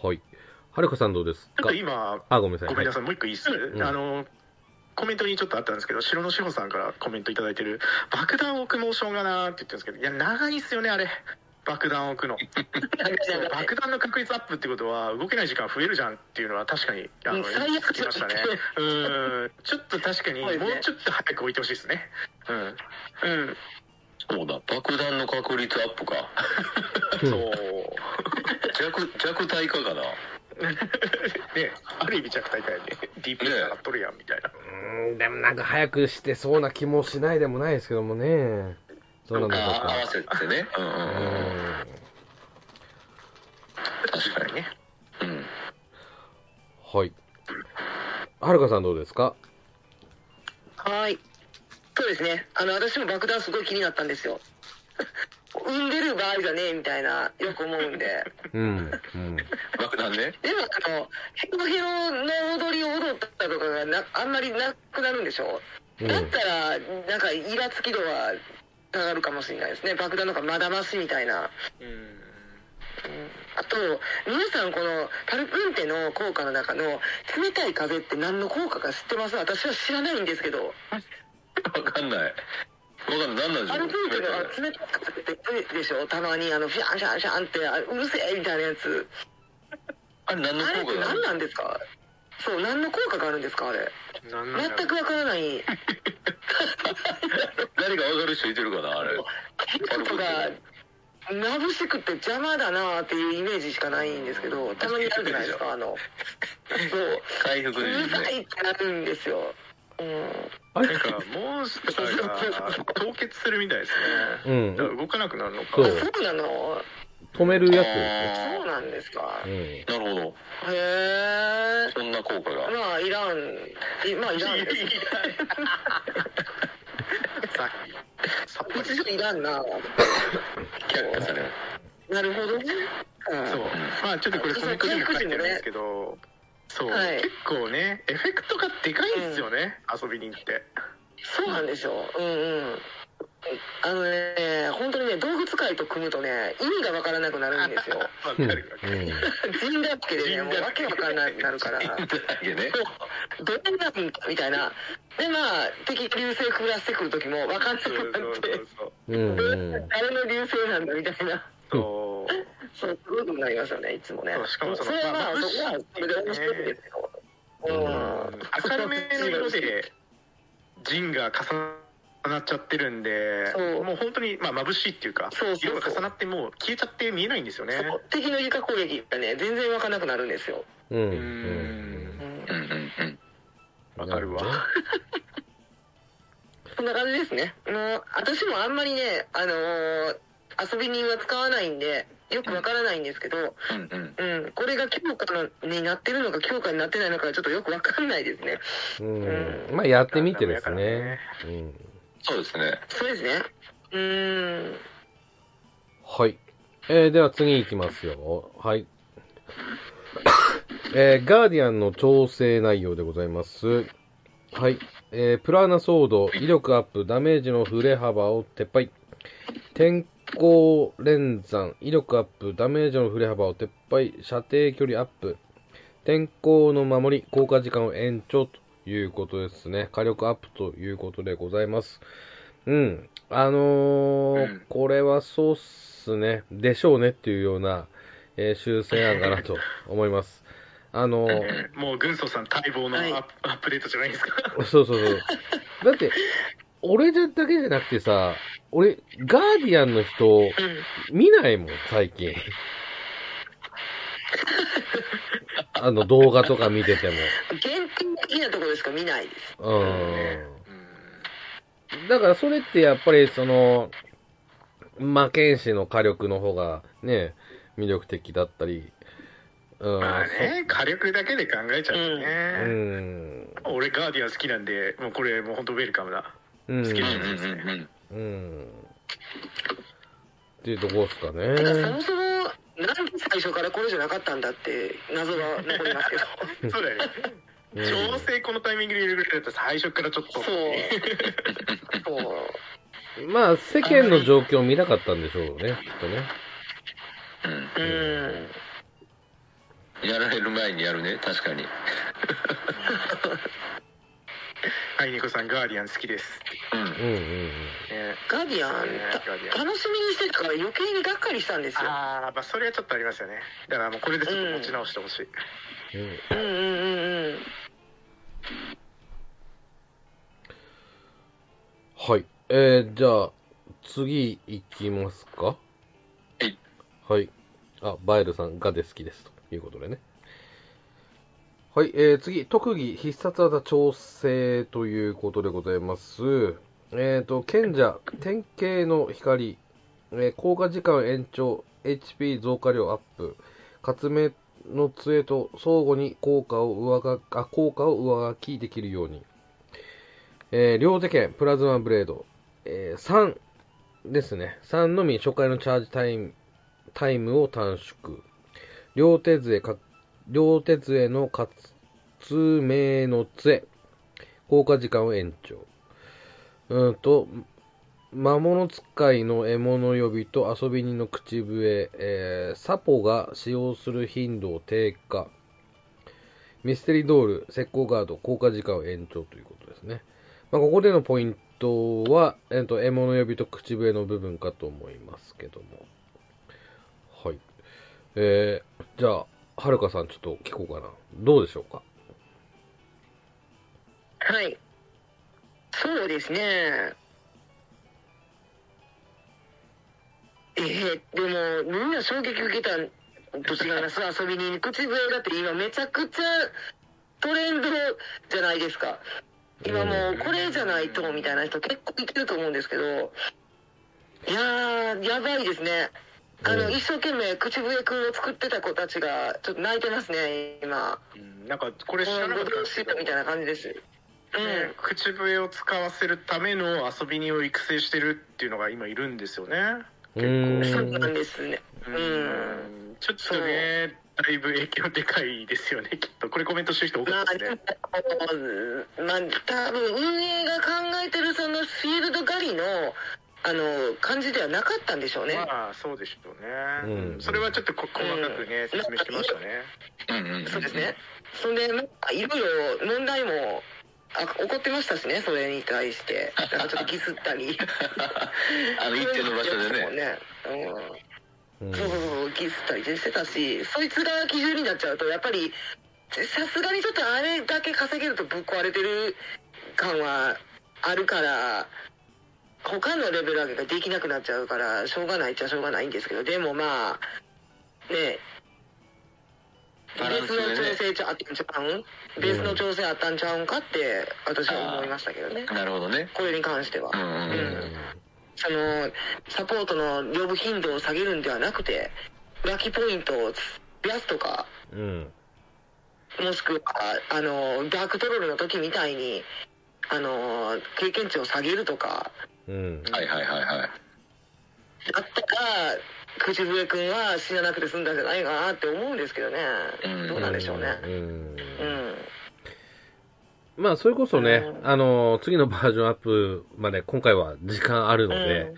S1: はい。はるかさんどうです
S4: ちょっ
S1: か
S4: と今
S1: あ、ごめんなさい。
S4: ごめんな
S1: は
S4: さい、もう一個いいっす、
S1: ん
S4: あのコメントにちょっとあったんですけど城の志保さんからコメントいただいてる爆弾置くモーションがなーって言ってるんですけどいや長いっすよねあれ爆弾置くのそう 爆弾の確率アップってことは動けない時間増えるじゃんっていうのは確かにあの
S7: うん最悪
S4: 聞きましたねうーんちょっと確かにも
S7: そう
S4: う
S7: ですね
S4: ちょっと早く置いてほしいですねうん
S7: うん。
S2: そうだ、爆弾の確率アップか。
S1: い。
S4: そううん
S2: 弱、弱体化かな。
S4: ねある意味弱体化やね。ディープさっとるやんみたいな。
S1: うーん、でもなんか早くしてそうな気もしないでもないですけどもね。どうなんでしょう
S2: あ合わ
S1: か。
S2: せてね。うんう
S1: うん
S2: うん。
S1: ん。
S2: 確かにね。うん。
S1: はい。はるかさんどうですか
S7: はい。そうですね。あの、私も爆弾すごい気になったんですよ。 産んでる場合じゃねえみたいな、よく思うんで。
S1: うん。うん。
S2: 爆弾ね。
S7: でも、あの、ヘロヘロの踊りを踊ったとかがな、あんまりなくなるんでしょ
S1: うん
S7: だったら、なんか、イラつき度は上がるかもしれないですね。爆弾の方がまだましみたいな。あと、皆さん、この、タルプンテの効果の中の、冷たい風って何の効果か知ってます私は知らないんですけど。
S2: わかんない。わかんない。何なんで
S7: あ
S2: しょ
S7: の
S2: う
S7: ブーケの冷たくてでしょたまにあのフィャンフィャンフィャンってあれうるせえみたいなやつ
S2: あれ何の
S7: あれっ
S2: 効
S7: て
S2: 果だ
S7: 何なんですかそう何の効果があるんですかあれ
S4: なんなんだろう
S7: 全くわからない
S2: 誰かわかる人いてるかなあれ。
S7: 効果が眩しくて邪魔だなっていうイメージしかないんですけどたまにあるじゃないですかあのそう
S2: 回復
S7: う
S2: で
S7: る
S2: す
S7: さ
S2: ね。
S7: いってなるんですようん
S4: なんか、モンスターが凍結するみたいです
S1: う
S4: ね。
S1: ん
S4: だ。から動かなくなるのか。
S1: そ
S7: あ
S1: う
S7: そうなの
S1: 止めるやつ
S7: そう
S2: あ
S7: なんですか
S1: ですね。
S2: ー
S7: へ
S2: なるほど。
S7: え
S2: そんな効果が。
S7: まあいらんいまあいらんです
S4: ささっぱ
S7: 一度いらんな。
S2: 却下される。
S7: なるほどね。うん
S4: り。そう。まあ、ちょっとこれコメントにも書いてるんですけど、そう。
S7: はい
S4: 結構ね、エフェクトがでかいんですよね、遊びに行って。
S7: そうなんですよ。うんうん。あのね、本当にね、動物界と組むとね、意味がわからなくなるんですよ。
S4: わかるわかる。
S7: 人だけでね、もうわけわからなくなるから。
S2: だけね。
S7: どうなんだみたいな。で、まあ、敵流星降らしてくる時もわかんなく
S4: そうそう
S7: なって、
S4: そう
S1: うん。うん。うん。
S7: 誰の流星なんだみたいな。
S4: そう。そう。
S7: そう、すごいことになりますよね、いつもね
S4: そ。うしかもその
S7: れはまあ、
S4: まあ
S7: そこはそれで面白いんですけど。うん。
S4: 明るめの色で陣が重なっちゃってるんで
S7: そう
S4: もう本当にまあ眩しいっていうか
S7: そうそうそう
S4: 色が重なってもう消えちゃって見えないんですよね
S7: そう敵の床攻撃がね全然わかんなくなるんですよ、
S1: うん。う。
S4: うんん
S2: うんうんうん。
S4: わかるわ
S7: そんな感じですねもう私もあんまりねあのー遊び人は使わないんでよくわからないんですけど、
S2: うんうん。
S7: うん、これが強化のになってるのか強化になってないのかちょっとよくわかんないですね
S1: うん。まあ、やってみてですね。うん。
S2: そうですね。
S7: そうですねうーん
S1: はい。えー、では次行きますよ。はい。えー、ガーディアンの調整内容でございます。はい。えー、プラーナソード、威力アップ、ダメージの振れ幅を撤廃。天候連山、威力アップ、ダメージの振れ幅を撤廃、射程距離アップ。天候の守り、効果時間を延長ということですね。火力アップということでございます。うん。あのー
S2: うん
S1: これはそうっすね。でしょうねっていうような、えー修正案かなと思います。あのー
S4: ね もう軍曹さん待望のア
S7: はい
S4: ップアップデートじゃないですか
S1: そうそうそう。だって、俺だけじゃなくてさ、俺、ガーディアンの人、見ないもん、最近。あの、動画とか見てて
S7: 限定的なところしか見ないです
S1: も。うん。だから、それってやっぱり、その、魔剣士の火力の方が、ね、魅力的だったり、うん。
S4: まあね火力だけで考えちゃうと
S1: う
S4: ね、
S1: ん。
S4: 俺ガーディアン好きなんでもうこれもう本当ウェルカムな
S1: うん。
S4: 好き
S2: うん
S4: な
S2: うんうんうん。
S1: うん。っていうとこですかね。
S7: てかそもそもなんで最初からこれじゃなかったんだって謎が残りますけど
S4: そうだよね
S1: うん
S4: 調整このタイミングで入れるぐらいだったら最初からちょっと
S7: そうそう
S1: まあ、世間の状況を見なかったんでしょうね、きっとね。
S7: うん
S2: うん。やられる前にやるね。確かに。
S4: はいニコさんガーディアン好きです、
S2: うん
S1: う。んうん
S4: ね、
S7: ガーディアン、
S4: ガ
S7: た
S4: ーディアン
S7: 楽しみにしてたから余計にがっかりしたんですよ。
S4: ああまあそれはちょっとありますよねだからもうこれでちょっと持ち直してほしい、
S1: うん。
S7: うんうんうんうん。
S1: はい。えー、じゃあ、次行きますか
S2: はい。
S1: はい。あ、バエルさんがで好きです。ということでね。はい、えー、次、特技必殺技調整ということでございます。えっ、と、賢者、典型の光、えー効果時間延長、HP 増加量アップ、活明の杖と相互に効果を上書あ効果を上書きできるように、えー両手剣、プラズマブレード、えー3ですね、3のみ初回のチャージタイムタイムを短縮、両手杖か両手杖の活明の杖、効果時間を延長、うーんと、魔物使いの獲物呼びと遊び人の口笛、えーサポが使用する頻度を低下、ミステリードール、石膏ガード、効果時間を延長ということですね。まあ、ここでのポイントは、えっと獲物呼びと口笛の部分かと思いますけども。はい。えー、じゃあ、はるかさんちょっと聞こうかな。どうでしょうか
S7: はい。そうですね。えー、でも、みんな衝撃受けたんと違 います。遊びに口笛だって今めちゃくちゃトレンドじゃないですか。今もうこれじゃないとみたいな人結構いてると思うんですけど、いやー、やばいですね。あ
S1: う
S7: の、
S1: ん
S7: 一生懸命口笛くんを作ってた子たちがちょっと泣いてますね、今。
S4: うんなんかこれ知
S7: も
S4: ら
S7: う
S4: なか
S7: ご
S4: ったん
S7: 両
S4: ですけ
S7: 親
S4: ど
S7: みたいな感じです。うん
S4: ね。口笛を使わせるための遊び人を育成してるっていうのが今いるんですよね。
S1: うー。
S7: そうんなんですね。
S4: うんんちょっとね、だいぶ影響でかいですよね、きっと。これコメントしてる人多
S7: ま
S4: か
S7: あ、
S4: った
S7: で
S4: ですね。
S7: もまあ、多分運営が考えてるそのフィールド狩りの、あの、感じではなかったんでしょうね。
S4: まあ、そうでしょうね。
S1: うん
S4: うんそれはちょっとこ細かくね、
S7: うん
S4: 説明してましたね。
S2: うんうんん
S7: そうですね。そんで、まあ、いろいろ問題も、あ起こってましたしね、それに対して。なんかちょっとギスったり。
S2: あの一定の場所でね
S7: そういうのやってたもんねうん
S1: うん
S7: そうそうそう、ギスったりしてたし、そいつが基準になっちゃうと、やっぱり、さすがにちょっとあれだけ稼げるとぶっ壊れてる感はあるから、他のレベル上げができなくなっちゃうから、しょうがないっちゃしょうがないんですけど、でもまあ、ね
S2: バランス
S7: 別の
S2: でね
S7: 調整ちゃあったんちゃうんベースの調整あったんちゃうんかって、私は思いましたけどね。
S2: なるほどね
S7: これに関しては。
S2: うんうんうん
S7: うんそのサポートの呼ぶ頻度を下げるんではなくて、ラッキーポイントを増やすとか、
S1: うん。
S7: もしくはあのダークトロールの時みたいにあの経験値を下げるとか、
S1: うん。
S2: はいはいはいはい
S7: だったら、口笛君は死ななくて済んだんじゃないかなって思うんですけどね、
S2: うん
S7: どうなんでしょうね。
S1: うん。
S7: うん
S1: まあ、それこそね、
S7: うん
S1: あの、次のバージョンアップまで今回は時間あるので、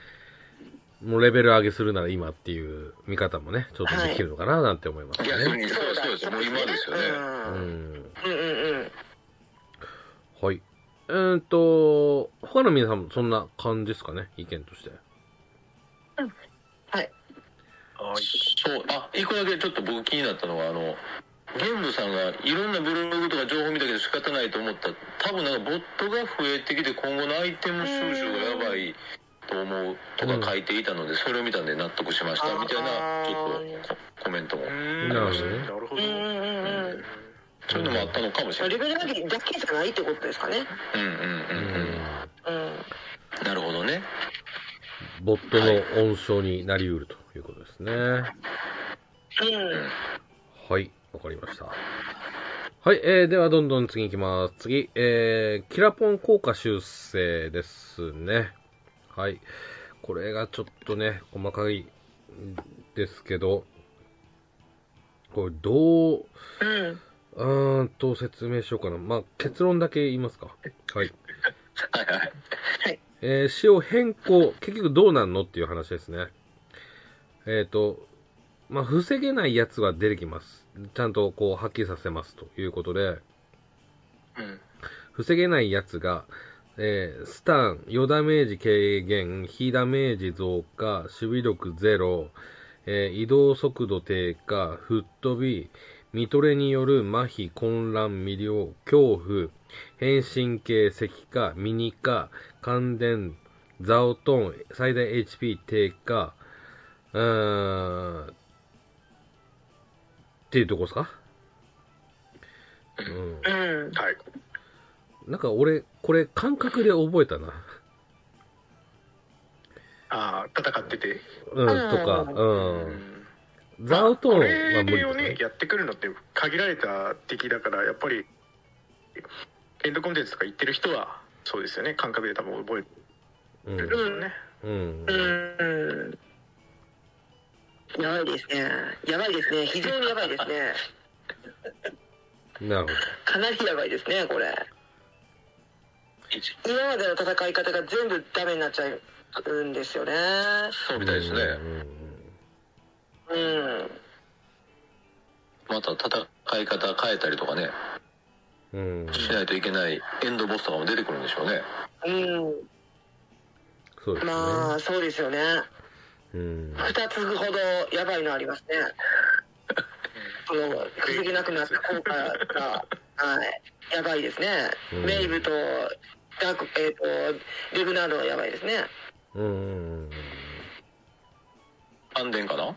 S1: もうレベル上げするなら今っていう見方もね、ちょっとできるのかななんて思いますね。
S2: 逆にそう
S7: だ
S2: そうですもう今ですよね、
S1: う
S7: うん
S1: ん。
S7: うんうんうん
S1: はい。うーんと、他の皆さんもそんな感じですかね、意見として。
S2: そう、あ、一個だけちょっと僕気になったのは、あの、玄武さんがいろんなブログとか情報見たけど仕方ないと思った。多分なんかボットが増えてきて今後のアイテム収集がやばいと思うとか書いていたので、それを見たんで納得しました、みたいな、ちょっとココメントも。
S4: うん
S1: なるほどね
S4: なるほ
S7: うん
S4: ど。
S7: うんうんうん
S2: そういうのもあったのかもしれ
S7: レ
S2: ない。
S7: ベル上げだけじゃないってことですかね。
S2: うんうんうん
S7: うん
S2: うん。なるほどね。
S1: ボットの温床になり得るということですね。
S7: うん
S1: はい、わかりました。はい、えー、ではどんどん次行きます。次、えー、キラポン効果修正ですね。はい。これがちょっとね、細かいんですけど、これどう、
S7: うん
S1: うーんと説明しようかな。まあ、結論だけ言いますか。はい。
S2: はいはい。
S1: えー、使用変更、結局どうなんのっていう話ですね。えっ、と、まあ、防げないやつは出てきます。ちゃんとこう、はっきりさせますということで、
S4: うん
S1: 防げないやつが、えースタン、4ダメージ軽減、非ダメージ増加、守備力ゼロ、えー移動速度低下、吹っ飛び、見トレによる麻痺、混乱、魅了、恐怖、変身系、石化、ミニ化、感電、ザオトン、最大 HP 低下、うーん、っていうとこですかうん。
S7: うん。
S4: はい。
S1: なんか俺、これ感覚で覚えたな。
S4: ああ、戦ってて。
S1: うん、
S7: うん
S1: とか、
S4: う
S1: うんん。ザウトーン
S4: まあ
S1: は無理
S4: こ
S1: だ
S4: れをね
S1: ね、。
S4: やってくるのって限られた敵だから、やっぱり、エンドコンテンツとか言ってる人は、そうですよね、感覚で多分覚
S1: う
S4: えて
S1: ん
S4: るんでしょうね。
S1: うん。
S7: うん。やばいですね。やばいですね。非常にやばいですね。
S1: なるほど。
S7: かなりやばいですね、これ。今までの戦い方が全部ダメになっちゃうんですよね。
S2: そうみたいですね。
S7: うん。
S2: また戦い方変えたりとかね、
S1: うん。うん。うん
S2: しないといけないエンドボスとかも出てくるんでしょうね。
S7: う
S1: そうです
S7: ん。
S1: ね。
S7: まあ、そうですよね。
S1: うん。
S7: 二つほどやばいのありますね。その、くじけなくなった効果が、はい。やばいですね。
S1: うん
S7: メイブと、ダーク、えっ、と、レグナードはやばいですね。
S1: うんうん。
S2: 安全かな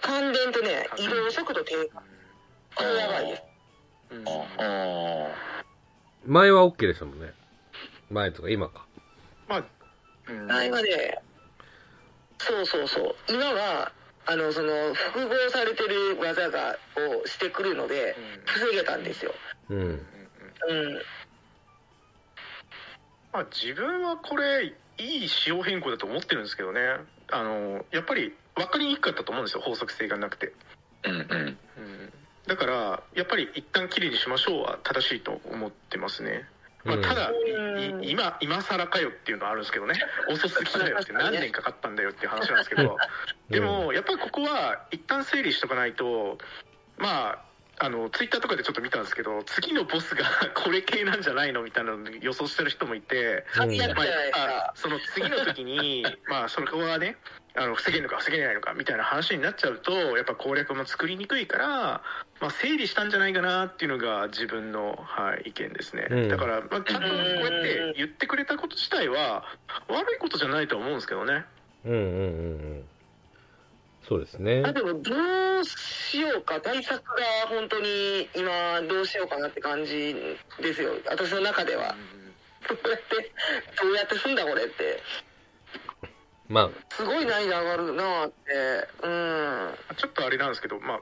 S7: 感電とね、移動速度低下。これやばいです。
S2: ああ
S1: 前は OK でしたもんね。前とか今か。
S4: まあ、
S7: 前まで、そうそうそう。今は、あの、その、複合されてる技が、をしてくるので、防げたんですよ。
S1: うん。
S7: うん。
S4: まあ、自分はこれ、いい仕様変更だと思ってるんですけどね。あの、やっぱり分かりにくかったと思うんですよ、法則性がなくて。
S2: ー。うんうん。
S4: だから、やっぱり一旦きれいにしましょうは正しいと思ってますね。まあ、
S1: うん
S4: ただ、
S7: うん
S4: い今、今更かよっていうのはあるんですけどね、遅すぎだよって、何年かかったんだよっていう話なんですけど、でも、やっぱりここは一旦整理しとかないと、まあ、あのツイッターとかでちょっと見たんですけど、次のボスが これ系なんじゃないのみたいなの予想してる人もいて、
S1: うん
S7: 神やった
S4: ま
S7: じゃないです
S4: あ
S7: か、。
S4: その次の時に、まあ、そこはね、あの防げるのか防げないのかみたいな話になっちゃうと、やっぱ攻略も作りにくいから、まあ、整理したんじゃないかなっていうのが自分の、はい、意見ですね。
S1: うん
S4: だから、まあ、ちゃんとこうやって言ってくれたこと自体は、悪いことじゃないとは思うんですけどね。
S1: うんうんうんうん。そうですね。
S7: あでもどうしようか、対策が本当に今、どうしようかなって感じですよ、私の中では。どうやって、どうやってすんだ、これって。
S1: まあ、
S7: すごい難易度上がるなって。うん。
S4: ちょっとあれなんですけど、まあ、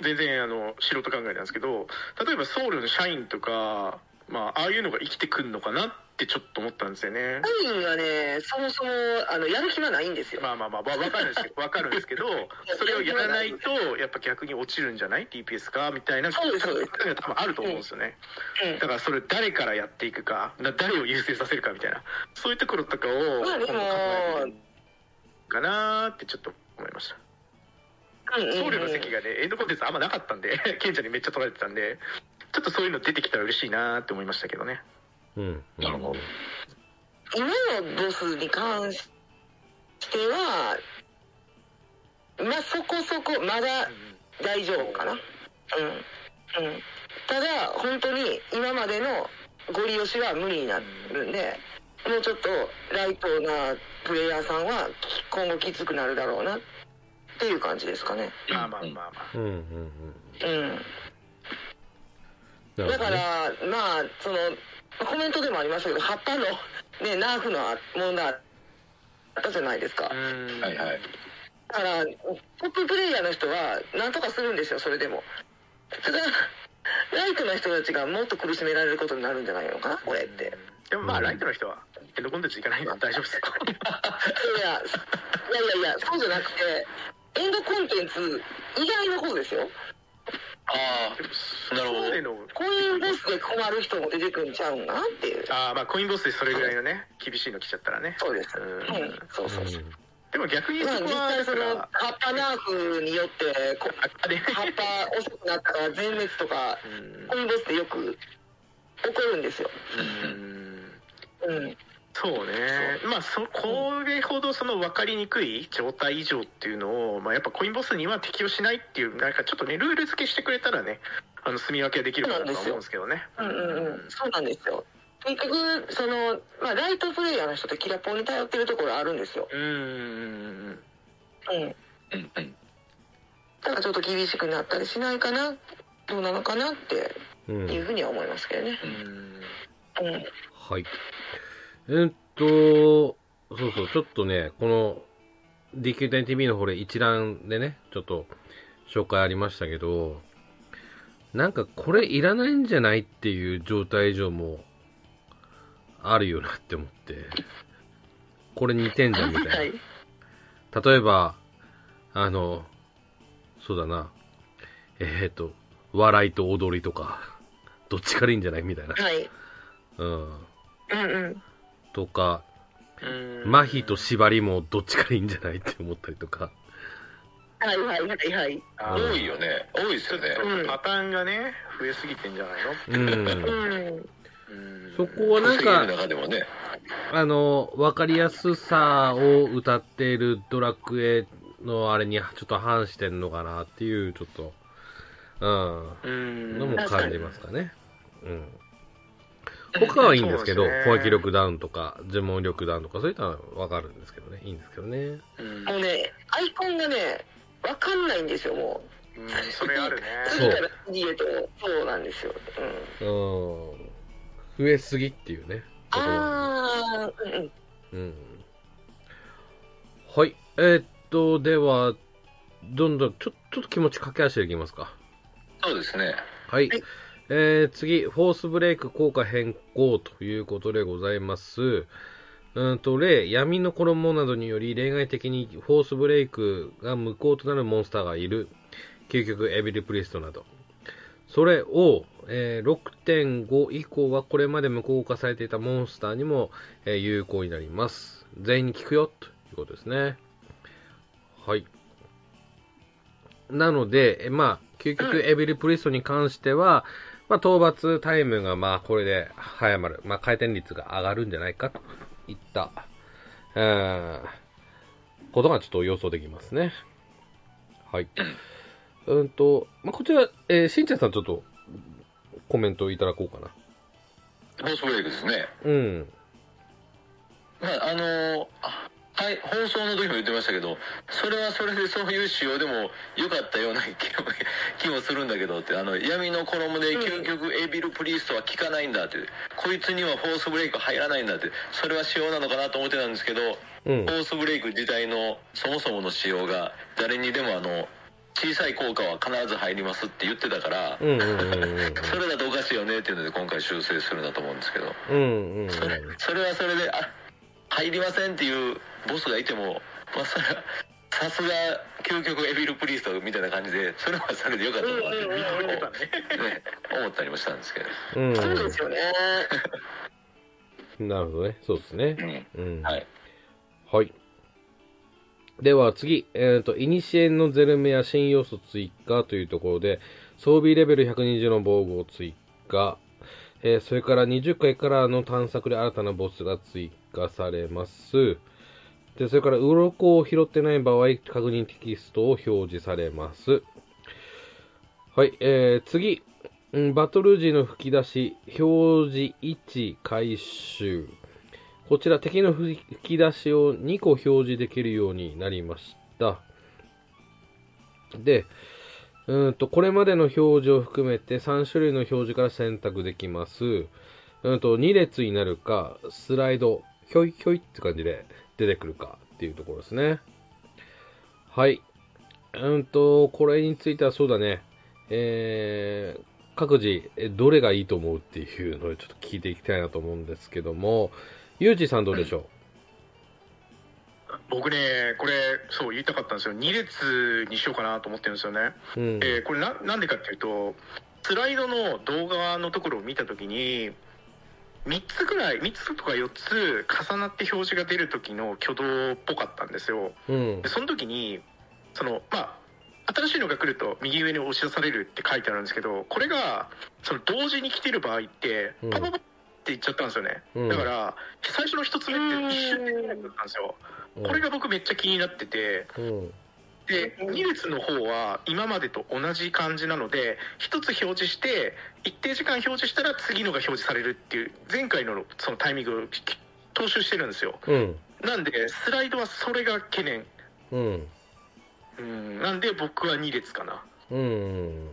S4: 全然あの素人考えなんですけど、例えば僧侶の社員とか、まあ、ああいうのが生きてくるのかなってちょっと思ったんですよね。
S7: 社員はね、そもそも、あの、やる気はないんですよ。
S4: まあまあまあ、わわかるんですけ ど、わかるんですけど、それをやらないと、やっぱ逆に落ちるんじゃない ?TPS かみたいな、
S7: そうですそうです
S4: 考えが多分あると思うんですよね。
S7: うん
S4: だからそれ誰からやっていくか、な誰を優先させるかみたいな、そういうところとかを、
S7: まあ
S4: 今
S7: で
S4: 度
S7: も
S4: 考えるかなーってちょっと思いました。
S7: うんうんうん
S4: 僧侶の席がね、エンドコンテンツあんまなかったんで、 賢者にめっちゃ取られてたんで、ちょっとそういうの出てきたら嬉しいなーって思いましたけどね。
S1: うん。
S2: なるほど。
S7: 今のボスに関しては、まあ、そこそこ、まだ大丈夫かな。うん。うん。ただ、本当に今までのゴリ押しは無理になるんで、もうちょっとライトなプレイヤーさんはき今後きつくなるだろうなっていう感じですかね。
S4: まあまあまあまあ。
S1: うんうんうん。
S7: うん。
S1: なる
S7: だ
S1: ほ
S7: か
S1: どね
S7: ら、まあ、その、コメントでもありましたけど、葉っぱの、ね、ナーフの問題あったじゃないですか。
S4: うん
S2: はいはい。
S7: だから、トッププレイヤーの人は、なんとかするんですよ、それでも。ただ、ライトの人たちがもっと苦しめられることになるんじゃないのかな、これって。
S4: でもまあ、ライトの人は、エンドコンテンツいかないのは大丈夫 ですよ。
S7: いや、いやいやいや、そうじゃなくて、エンドコンテンツ以外の方ですよ。
S2: ああ、なるほど。
S4: での
S7: こういうボスで困る人も出てくんちゃうんかなっていう。
S4: あーまあコインボスでそれぐらいのね、厳しいの来ちゃったらね。
S7: そうです。
S4: う
S7: うんん、そうそうそう。
S4: でも逆にそ
S7: まあ、
S4: こ
S7: 実
S4: は、
S7: 際
S4: だ
S7: そ
S4: か
S7: の
S4: ら、
S7: 葉っぱナーフによってこ
S4: ああれ
S7: 葉っぱ遅くなったから全滅とか
S4: うん
S7: コインボスってよく起こるんですよ、
S4: うん
S7: うん、
S4: そうね、まあそこれほどその分かりにくい状態異常っていうのを、まあ、やっぱコインボスには適用しないっていう、なんかちょっとね、ルール付けしてくれたらね、あの住み分けはできるかなとは思うんですけどね。
S7: うんうんうんそうなんですよ結局その、まあ、ライトプレイヤーの人ってキラポンに頼ってるところあるんですよ、
S4: うん
S7: うん、
S2: うんうん。
S7: なんかちょっと厳しくなったりしないかなどうなのかなって
S1: うん
S7: いうふうには思いますけどね。うん
S1: はい。えーっと、そうそう、ちょっとね、この DQ10TV のこれ一覧でね、ちょっと紹介ありましたけど、なんかこれいらないんじゃないっていう状態以上もあるよなって思って、これ似てんじゃんみた
S7: はいい
S1: な。例えば、あの、そうだな、えーっと、笑いと踊りとか、どっちからいいんじゃないみたいな。
S7: はい
S1: うん。
S7: うんうん
S1: とか、
S4: うん
S1: 麻痺と縛りもどっちからいいんじゃないって思ったりとか。
S7: はいはいはいはい
S4: あ
S1: うん
S4: ー
S2: 多いよね多いです
S4: ちょ
S2: よ
S4: っ
S2: ね
S7: うん
S4: とパターンがね増えすぎてんじゃないの
S1: うん。
S7: うん
S4: うん
S1: そこはなん
S2: 防げる
S1: か、
S2: 中でもね
S1: あの、わかりやすさを歌っているドラクエのあれにちょっと反してんのかなっていう、ちょっと、う、
S4: うんん
S1: のも
S7: 確か
S1: 感
S7: に
S1: じますかね。うん。他はいいんですけど、
S4: そうですね
S1: 攻撃力ダウンとか、呪文力ダウンとか、そういったのはわかるんですけどね。いいんですけどね。
S4: うん
S7: もうねアイコンがねわかんないんですよも
S4: うんそれあるね
S7: う
S1: そう
S7: 次から次へとそうなんですよ、うん、
S1: うん。増えすぎっていうね。ことは
S7: ああーうんうん
S1: うん。はい。えーっと、では、どんどん、ちょちょっと気持ち駆け足でいきますか。
S2: そうですね
S1: はい。
S7: はい
S1: えー、次、フォースブレイク効果変更ということでございます。うんと、例、闇の衣などにより、例外的にフォースブレイクが無効となるモンスターがいる。究極エビリプリストなど。それを、えー6.5以降はこれまで無効化されていたモンスターにも、えー有効になります。全員に効くよ、ということですね。はい。なので、えまあ、究極エビリプリストに関しては、まあ、討伐タイムが、まあ、これで早まる。まあ、回転率が上がるんじゃないか、といった、うーん、ことがちょっと予想できますね。はい。うんと、まあ、こちら、えーしんちゃんさんちょっと、コメントいただこうかな。
S2: ホースブレイクですね
S1: うん。
S2: まああのーあはい放送の時も言ってましたけどそれはそれでそういう仕様でも良かったような気も気もするんだけどってあの闇の衣で究極エビルプリストは効かないんだってこいつにはフォースブレイク入らないんだってそれは仕様なのかなと思ってたんですけど
S1: うん
S2: フ。ォースブレイク自体のそもそもの仕様が誰にでもあの小さい効果は必ず入りますって言ってたから
S1: う、んうんうんうんうん。
S2: それだとおかしいよねっていうので今回修正するんだと思うんですけど
S1: うんうんうん。
S2: それそれはそれで、あ入りませんっていうボスがいても、まあ、それはさすが究極エビル・プリストみたいな感じで、それはそれでよかったのかなって、ね、思ったりもしたんですけど、
S1: うん
S7: そうですよね
S1: なるほどね。そうですね。うん。
S2: はい。
S1: はい。では次、えっ、と、イニシエのゼルメア新要素追加というところで、装備レベル120の防具を追加、えーそれから20回からの探索で新たなボスが追加されます。で、それから、鱗を拾ってない場合、確認テキストを表示されます。はい、えー、次、うんバトル時の吹き出し、表示1回収。こちら敵の吹き出しを2個表示できるようになりました。で、うーんと、これまでの表示を含めて3種類の表示から選択できます。うーんと、2列になるか、スライド、ひょいひょいって感じで出てくるかっていうところですね。はい。うーんと、これについてはそうだね。えー、各自、えどれがいいと思うっていうのをちょっと聞いていきたいなと思うんですけども、ゆうじさんどうでしょ
S4: 僕ねこれそう言いたかったんですよ2列にしようかなと思ってるんですよね
S1: ううん。
S4: えーこれななんでかっていうとスライドの動画のところを見た時に3つぐらい3つとか4つ重なって表示が出る時の挙動っぽかったんですよ
S1: うん
S4: で。その時にそのまあ新しいのが来ると右上に押し出されるって書いてあるんですけどこれがその同時に来てる場合って
S1: うん
S4: パパパっていっちゃったんですよね、
S1: うん
S4: だから最初の1つ目って一瞬で出なくなったんですよこれが僕めっちゃ気になってて
S1: うん。
S4: で2列の方は今までと同じ感じなので1つ表示して一定時間表示したら次のが表示されるっていう前回のそのタイミングをき踏襲してるんですよ
S1: うん。
S4: なんでスライドはそれが懸念
S1: うん。
S4: うんなんで僕は2列かな
S1: うん。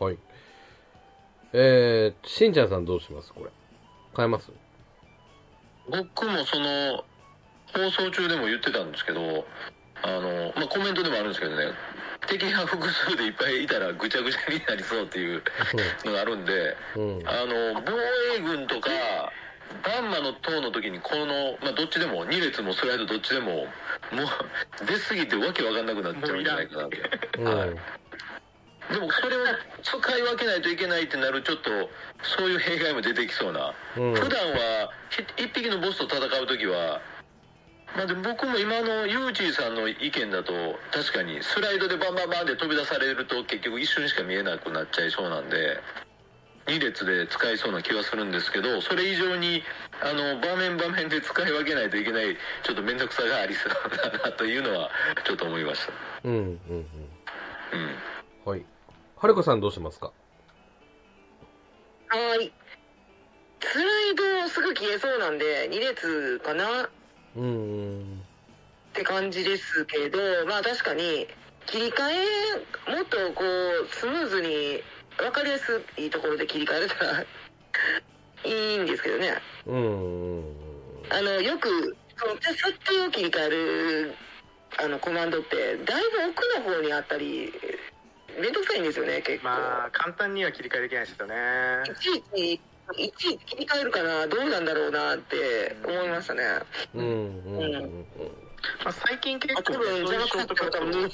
S1: はい。えー、しんちゃんさんどうしますこれ。変えます
S2: 僕もその放送中でも言ってたんですけどあの、まあ、コメントでもあるんですけどね敵が複数でいっぱいいたらぐちゃぐちゃになりそうっていうのがあるんで
S1: うん。
S2: あの防衛軍とかバンマの塔の時にこの、まあ、どっちでも2列もスライドどっちでももう出過ぎてわけわかんなくなっちゃうんじゃないかなって
S1: うん。
S2: でもそれを使い分けないといけないってなるちょっとそういう弊害も出てきそうな
S1: うん。
S2: 普段はひ一匹のボスと戦う時は、まあ、でも僕も今のユージーさんの意見だと確かにスライドでバンバンバンで飛び出されると結局一瞬しか見えなくなっちゃいそうなんで2列で使いそうな気はするんですけどそれ以上にあの場面場面で使い分けないといけないちょっと面倒くさがありそうだなというのはちょっと思いました
S1: うん。うん。うん。
S2: うん
S1: はい。はるかさんどうしますか
S7: はーい。スライドすぐ消えそうなんで、2列かなっ
S1: うん。
S7: て感じですけど、まあ確かに、切り替え、もっとこう、スムーズに、分かりやすいところで切り替えれたらいいんですけどね。
S1: うん。
S7: あの、よく、その設定を切り替える、あの、コマンドって、だいぶ奥の方にあったり、めんどくさいんですよね、結構。
S4: まあ簡単には切り替えできないですよね
S7: いちいち、いちいち切り替えるかな、どうなんだろうなって思いましたね。
S1: うん。うん。うん。
S4: まあ、最近結
S7: あ、
S4: 構
S7: 多
S4: そう
S7: 分、じゃ
S4: い
S7: な
S4: う
S7: く
S4: ショート
S7: て
S4: カット
S7: 多分、うん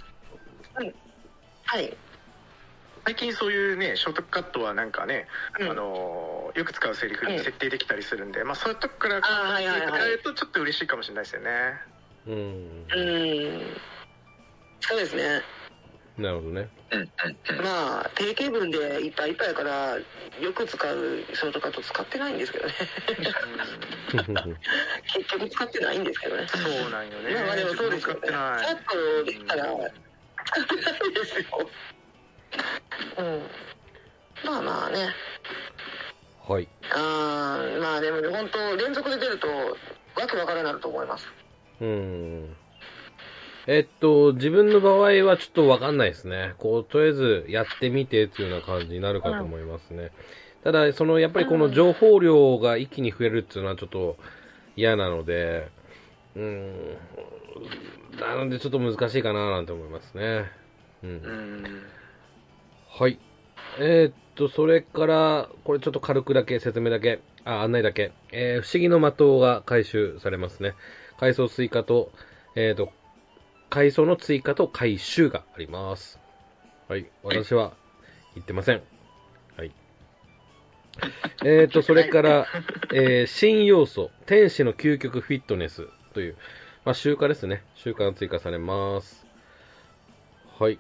S7: はい。
S4: 最近そういうねショートカットはなんかね、
S7: うん
S4: あのーよく使うセリフに設定できたりするんで、まあそういうとこから
S7: あーはいはいは
S4: 使え
S7: い
S4: る。とちょっと嬉しいかもしれないですよね
S1: うん。
S7: うん。そうですね。
S1: なるほどね。
S2: うんうんうん
S7: まあ、定型文でいっぱいいっぱいやから、よく使うショートカット使ってないんですけどね。 結局使ってないんですけどね。
S4: そうなんよね
S7: まあまあでもそうです
S4: 自分も使
S7: よね。
S4: って
S7: カ
S4: ない
S7: ットできたら、使ってないですよ。うん。まあまあね。
S1: はい。
S7: あーまあでも本当連続で出るとわけわからなると思います
S1: うん。えっと、自分の場合はちょっとわかんないですね。こう、とりあえずやってみてっていうような感じになるかと思いますね。ただ、その、やっぱりこの情報量が一気に増えるっていうのはちょっと嫌なので、うん。なので、ちょっと難しいかななんて思いますね。うん
S4: うん
S1: はい。えーっと、それから、これちょっと軽くだけ、説明だけ、あ、案内だけ。えー不思議の的が回収されますね。階層追加と、えーっと、階層の追加と回収があります。はい。私は、言ってません。はい。えーっと、それから、えー新要素、天使の究極フィットネスという、まあ、集荷ですね。集荷が追加されます。はい。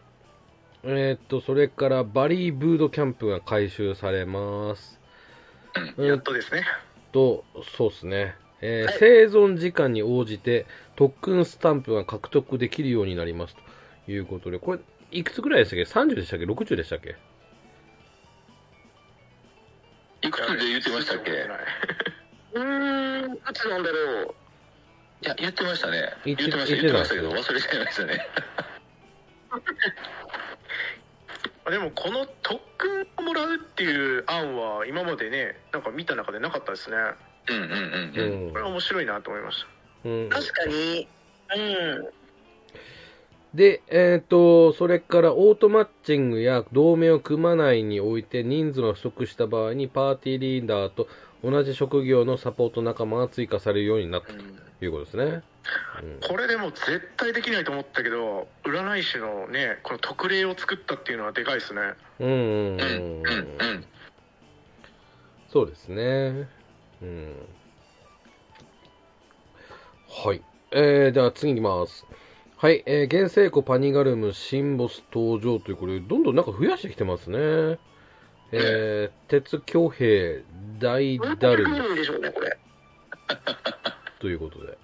S1: えーっと、それから、バリーブードキャンプが回収されます。え
S4: や
S1: ー
S4: っ
S1: っ
S4: とですね
S1: と、そうですね。えー生存時間に応じて特訓スタンプが獲得できるようになりますということで、これ、いくつぐらいでしたっけ ?30 でしたっけ ?60 でしたっけ
S2: いくつで言ってましたっけ
S4: 覚えてないう
S7: ーんいつなんだろう
S2: いや言ってましたね
S1: 言
S2: 言
S1: っ
S2: っててました言ってましたけど忘れちゃいましたね
S4: あでもこの特訓をもらうっていう案は今までねなんか見た中でなかったですね
S2: うんうんうんうん
S4: これは面白いなと思いました
S1: うん
S7: 確かにうん
S1: で、えっ、と、それからオートマッチングや同盟を組まないにおいて人数が不足した場合にパーティーリーダーと同じ職業のサポート仲間が追加されるようになったということですね。うん
S4: これでも絶対できないと思ったけど占い師のねこの特例を作ったっていうのはでかいですね
S1: うんうん
S2: うん
S1: うんうん
S2: う
S1: ん
S2: うん
S1: そうですね。うん。はい。えー、では次いきます。はい。えー、原生庫パニガルム新ボス登場という、これ、どんどんなんか増やしてきてますね。えー、鉄強兵大
S7: 何
S1: ダ
S7: て
S1: ル
S7: く
S1: ム
S7: るんでしょうねこれ
S1: ということで。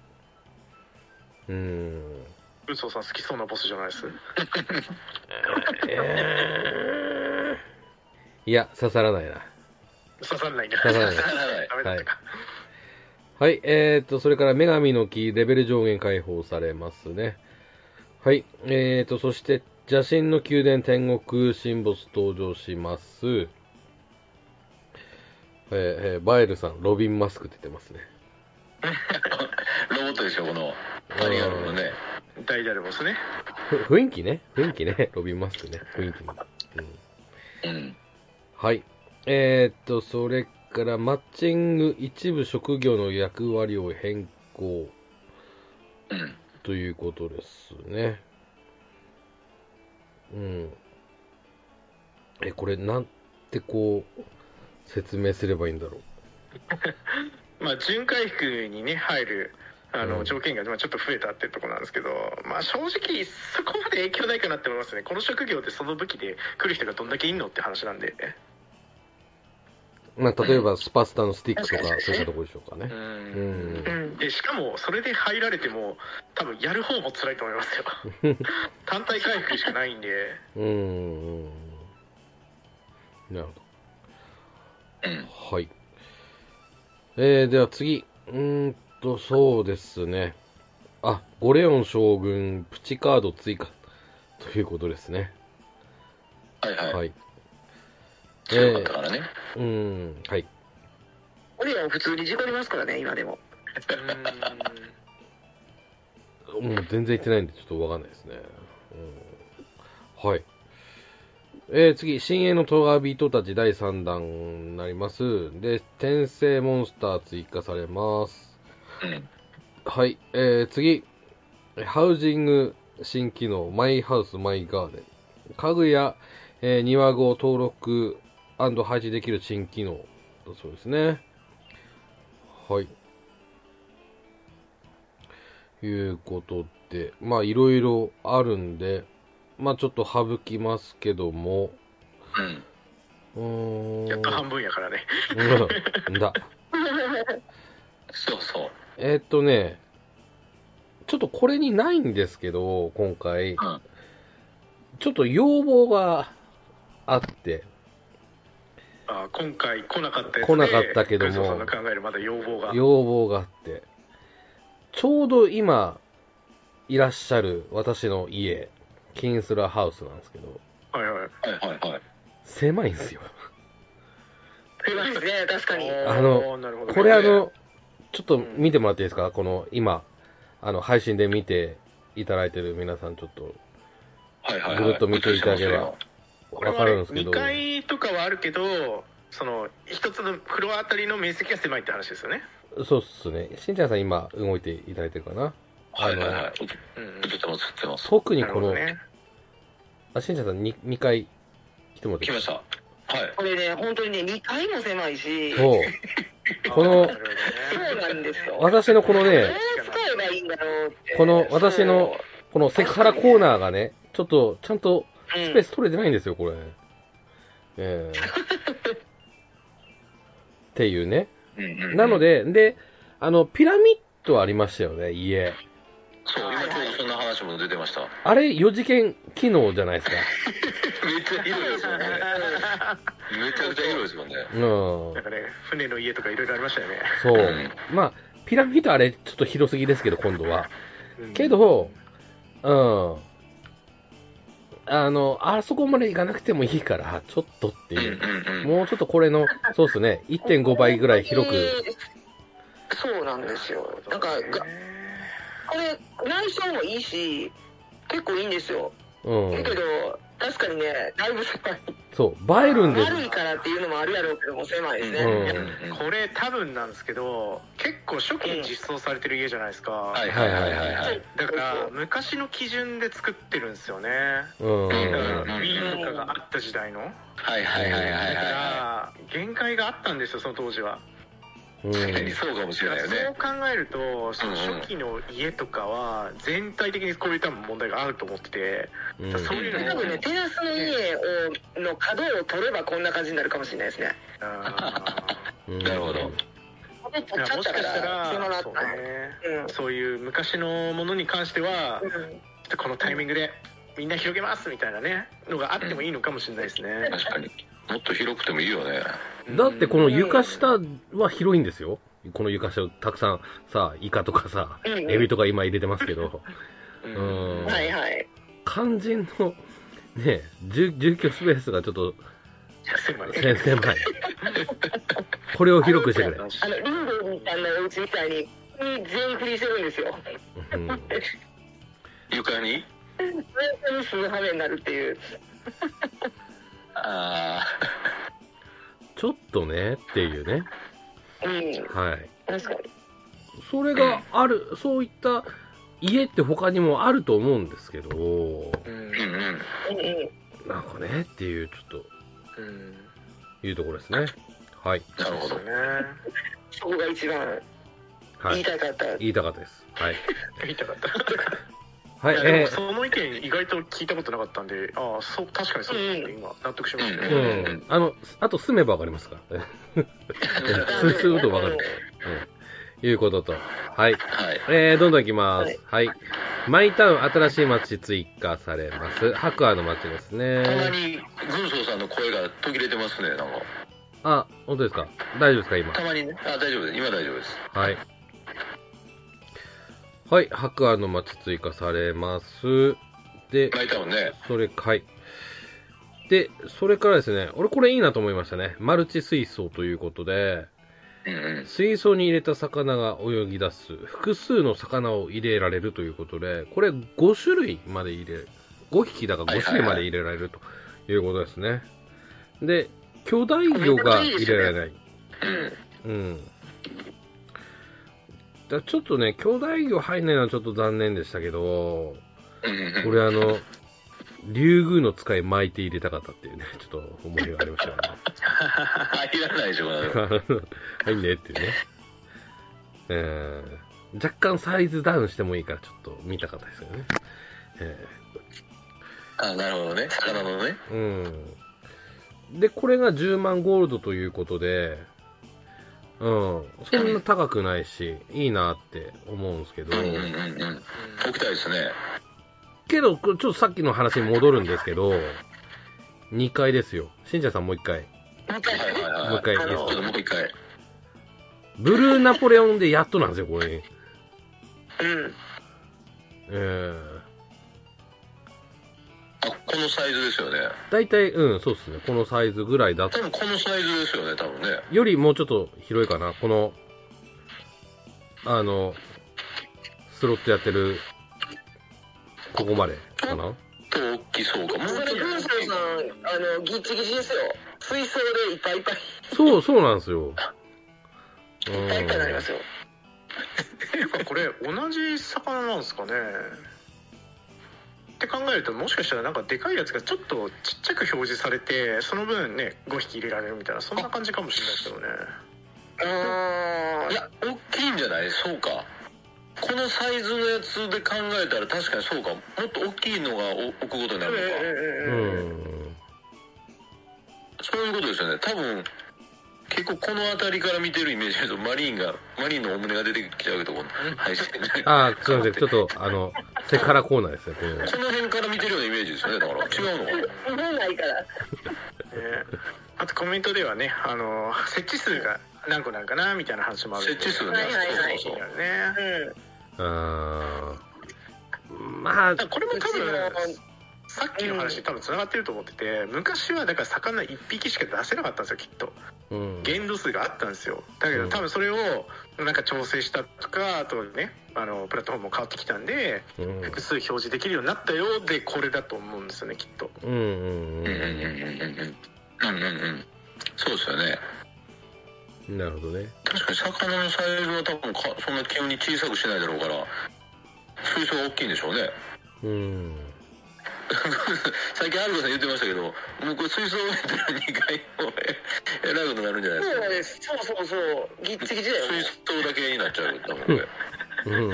S1: うー ん。
S4: ウソさん好きそうなボスじゃないです
S1: えー、いや、刺さらないな。
S4: 刺さんないんだ
S1: 刺さんない
S4: 刺んダメだったか、
S1: はい、えー、と、それから女神の木、レベル上限解放されますね。はい。えーと、そして、邪神の宮殿天国神没登場します。えーえーバエルさん、ロビンマスク出てますね。
S2: ロボットでしょ、この。何があるのね。
S4: 大ダルボスね。
S1: ふ雰囲気ね。雰囲気ね。 ロビンマスクね。雰囲気ね。うん
S2: うん。
S1: はい。えー、っと、それから、マッチング一部職業の役割を変更
S2: うん。
S1: ということですね。うん。え、これ、なんてこう、説明すればいいんだろう。
S4: まあ、巡回服にね、入る。あ
S1: う
S4: の
S1: ん
S4: 条件がまあちょっと増えたってとこなんですけど、まあ、正直、そこまで影響ないかなって思いますね、この職業でその武器で来る人がどんだけいんのって話なんで、
S1: まあ、例えば、スパスタのスティックとか、そういったところでしょうかね
S4: う。
S1: うんん。
S7: うん。
S4: でしかもそれで入られても多分やる方も辛いと思いますよ 単体回復しかないんで
S1: うん。なるほ
S2: うん。
S1: ど。はい。えー、では次。うーんと、そうですね。あ、ゴレオン将軍、プチカード追加。ということですね。
S2: はいはい。
S1: はい。
S2: 強かったからね。
S1: うん。はい。
S7: 俺らは普通に事故りますからね、今でも。
S1: もう全然行ってないんで、ちょっとわかんないですね。うん、はい。えー、次、新鋭のトガビトたち第3弾になります。で、転生モンスター追加されます。
S2: うん。
S1: はい。えー、次、ハウジング新機能、マイハウス、マイガーデン。家具や、えー庭具を登録配置できる新機能だそうですね。はい。いうことで、まあいろいろあるんで、まあちょっと省きますけども、
S2: うん。
S1: うーん。
S4: やっと半分やからね
S1: うんだ。
S2: そうそう。
S1: えーっとね、ちょっとこれにないんですけど、今回、
S2: ん
S1: ちょっと要望があって、
S4: あ今回来なかったやつで
S1: 来なかったけども
S4: グーゾーさんの考えるまだ要望が
S1: 要望があって、ちょうど今、いらっしゃる私の家、キンスラハウスなんですけど、
S4: はいはい
S2: はいはいはい。
S1: 狭いんですよ。
S7: 狭いですね、確かに。
S1: あの
S4: おーなるほど
S1: これあの、ちょっと見てもらっていいですか、この今、あの配信で見ていただいてる皆さん、ちょっと
S2: はいはいはい。
S1: ぐるっと見ていただければ
S4: これ
S1: わ
S4: は
S1: か
S4: ね
S1: るんですけど
S4: 2、階とかはあるけどその一つのフロアあたりの面積が狭いって話ですよね、
S1: そうっすね、しんちゃんさん、今、動いていただいてるかな。
S2: はいはいはい。
S4: うんうん
S2: 映ってます、映ってます。
S1: 特に
S4: なる
S1: こ
S4: ほ
S1: の、
S4: どね
S1: あ、しんちゃんさん 2, 2回来てもらって
S2: 来ました。はい。
S7: これね、本当にね、2階も狭いし、どう
S1: そう。この
S4: あーなるほどね
S7: なんですよ。
S1: 私のこのね、
S7: 使えばいいんだろうって。
S1: この私のこのセクハラコーナーがね、ちょっとちゃんと
S7: そう、
S1: スペース取れてないんですよ、これ。 ええっていうね。
S2: うんうん
S1: なの、で、で、あの、ピラミッドありましたよね、家。
S2: そう、今ちょうどそんな話も出てました。
S1: あれ、4次元機能じゃないですか。
S2: めっちゃ広いですもんね。めちゃくちゃ広いですもんね。
S1: うん
S4: なん。かね船の家とかいろいろありましたよね
S1: そう
S2: うん。
S1: まあ、ピラミッドあれ、ちょっと広すぎですけど、今度は。
S4: うん
S1: けど、うん。あの、あそこまで行かなくてもいいから、ちょっとって
S2: うんう
S1: い
S2: ん
S1: う。
S2: うん。
S1: もうちょっとこれの、そうですね、1.5倍ぐらい広く。
S7: く。そうなんですよ。なんか、
S4: ね
S7: がこれ、内装もいいし、結構いいんですよ。
S1: う
S7: だ
S1: ん
S7: け。ど、確かにね、だいぶ狭い。
S1: そう、映えるんです。
S7: 悪いからっていうのもあるやろうけども、狭いです
S1: う
S7: ね。
S1: ん。
S4: これ多分なんですけど結構初期に実装されてる家じゃないですか、
S2: はいはいはいはいはい。
S4: だから昔の基準で作ってるんですよね
S1: うん。
S4: だから
S2: うん
S4: Wii とかがあった時代の
S2: はいはいはいは
S4: だ
S2: い
S4: か
S2: は
S4: ら限界があったんですよその当時は
S1: うん
S2: い。確かにそうかもし
S4: だ
S2: れ
S4: か
S2: ない
S4: ら
S2: よ
S4: そ
S2: ね。
S4: う考えるとその初期の家とかは全体的にこういう多分問題があると思ってて
S1: うん
S4: そういうの
S7: 多
S4: も
S7: 分ね、テラスの家をの角を取ればこんな感じになるかもしれないですね。
S4: あ
S1: うん
S2: なるほど
S7: 角を
S4: ー
S7: 取っちゃ
S4: も
S7: っ
S4: したか
S7: か
S4: した
S7: ら、狭な
S4: ら
S7: っ
S4: そう
S7: た。
S4: ね
S7: うん
S4: そういう昔のものに関しては
S7: う
S4: ちょっとこのタイミングでみんな広げますみたいなねのがあってもいいのかもしれないですね、
S2: 確かに。もっと広くてもいいよね。
S1: だってこの床下は広いんですよ。この床下をたくさんさ、イカとかさ、
S7: んうん
S1: エビとか今入れてますけど、うん
S7: はいはい。
S1: 肝心の、ね、住住居スペースがちょっと
S4: 狭い。
S1: せ狭い。これを広くしてくれ。
S7: あの、リンゴみたいなお家みたいに、全振りしてるんですよ。
S1: うん
S2: 床に
S7: 全にする羽目になるっていう。
S2: あ
S1: ちょっとねっていうね。
S7: うん、
S1: はい。
S7: 確かに。
S1: それがある、そういった家って他にもあると思うんですけど、
S2: あうんうん
S7: うんうん。
S1: なんかねっていう、ちょっ
S4: うん。
S1: と、いうところですね。はい。
S2: なるほ
S4: そ
S2: ど
S4: うね。
S7: そこが一番
S1: は
S7: 言い
S1: い。
S7: たかった。
S1: 言いたかったです。はい。
S4: 言いたかった。
S1: はいい、
S4: やで
S1: え
S4: もその意見意外と聞いたことなかったんで、ああ、そう、確かにそうだなって今納得しました
S1: ー
S4: ね。
S1: うん。あの、あと住めばわかりますから。そういうことわかる。うん。いうことと。はい。
S2: はい
S1: えー、どんどん行きます。はい。マイタウン、新しい街追加されます。白亜の街です
S2: たま
S1: ね。
S2: に軍曹さんの声が途切れてますねなんか
S1: あ、本当ですか大丈夫ですか今。
S2: たまにねあ大丈夫です今大丈夫です
S1: はい。はい、白亜の街追加されます。で、
S2: 泣いたもんね
S1: それ、はい。で、それからですね、俺これいいなと思いましたね。マルチ水槽ということで、
S2: うんうん
S1: 水槽に入れた魚が泳ぎ出す。複数の魚を入れられるということで、これ5種類まで入れ、5匹だから5種類まで入れられるということですね。で、巨大魚が入れられない。
S2: うん
S1: うん。だちょっとね、兄弟魚入んないのはちょっと残念でしたけど、
S2: うんうん
S1: 俺あの、竜宮の使い巻いて入れたかったっていうね、ちょっと思いがありましたよね。
S2: 入らないでしょ、まだ
S1: 入んねっていうね。えー、若干サイズダウンしてもいいから、ちょっと見たかったですよね。え
S2: あなるほどね魚のね
S1: ーうん。で、これが10万ゴールドということで、うん、そんな高くないし、いいなって思うんですけ
S2: う
S1: ど、
S2: んうんうんうん置きたいですね
S1: けど、これちょっとさっきの話に戻るんですけど、2回ですよ。信者さんもう1回。
S2: はいはいはい
S1: もう一回
S2: あのちょっともう一回
S1: ブルーナポレオンでやっとなんですよ、これ。
S7: うん。
S1: えー、
S2: あこのサイズですよね
S1: 大体、うん、そうですね。このサイズぐらいだ
S2: 多
S1: と。
S2: 分このサイズですよね多分ね
S1: よりもうちょっと広いかな。この、あの、スロットやってる、ここまでかな。
S2: と大きそうかもうち
S7: そ
S2: ょっ
S7: れ、
S2: と
S7: 軍曹さん、あの、ギチギチですよ。水槽でいっぱいいっぱい、
S1: そう、そうなんですよ。う
S7: いっぱいいっぱいになります
S1: ん。
S7: よ。
S4: っていうかこれ同じ魚なんですかねって考えるともしかしたらなんかでかいやつがちょっとちっちゃく表示されてその分ね5匹入れられるみたいなそんな感じかもしれないですけどね
S7: あ
S2: いや大きいんじゃないそうかこのサイズのやつで考えたら確かにそうかもっと大きいのがお置くことにな
S7: ー。うん
S2: るのか、
S1: うん。
S2: そういうことですよね多分結構この辺りから見てるイメージだとマリーンがマリーンのお胸が出てきちゃうけどこの配信で
S1: あー、すいません。ちょっと、あの、セカラコーナーですね、これ。
S2: この辺から見てるようなイメージですよねだから違うのかな
S7: うんうん。動ないから。
S4: ねあとコメントではねあの設置数が何個なんかなみたいな話もあるんで
S2: 設置数ね、
S7: はいはいはい
S2: そうそうそう
S4: ね
S7: うん。
S1: あーまあ
S4: だから、これも多
S7: う
S4: 分
S7: ちも
S4: さっきの話多分つながってると思ってて昔はだから魚1匹しか出せなかったんですよきっと
S1: うん。
S4: 限度数があったんですよだけ
S1: う
S4: ど
S1: ん
S4: 多分それをなんか調整したとかあとねあのプラットフォームも変わってきたんで
S1: うん
S4: 複数表示できるようになったようでこれだと思うんですよねきっと
S1: うんうん
S2: うんうんうん
S1: う
S2: うんうんうんうんそうですよね
S1: ん。なるほどね。
S2: 確かに魚のサイズは多分かそんな急に小さくしないだろうから水槽が大きいんでしょうね
S1: うん。
S2: 最近アルコさん言ってましたけどもうこれ水槽入ったら2回もええらいことになるんじゃないです
S7: そ
S2: か
S7: うです。そうそうそう。ギッチギチだよ。
S2: 水槽だけになっちゃう多分ね
S1: うん。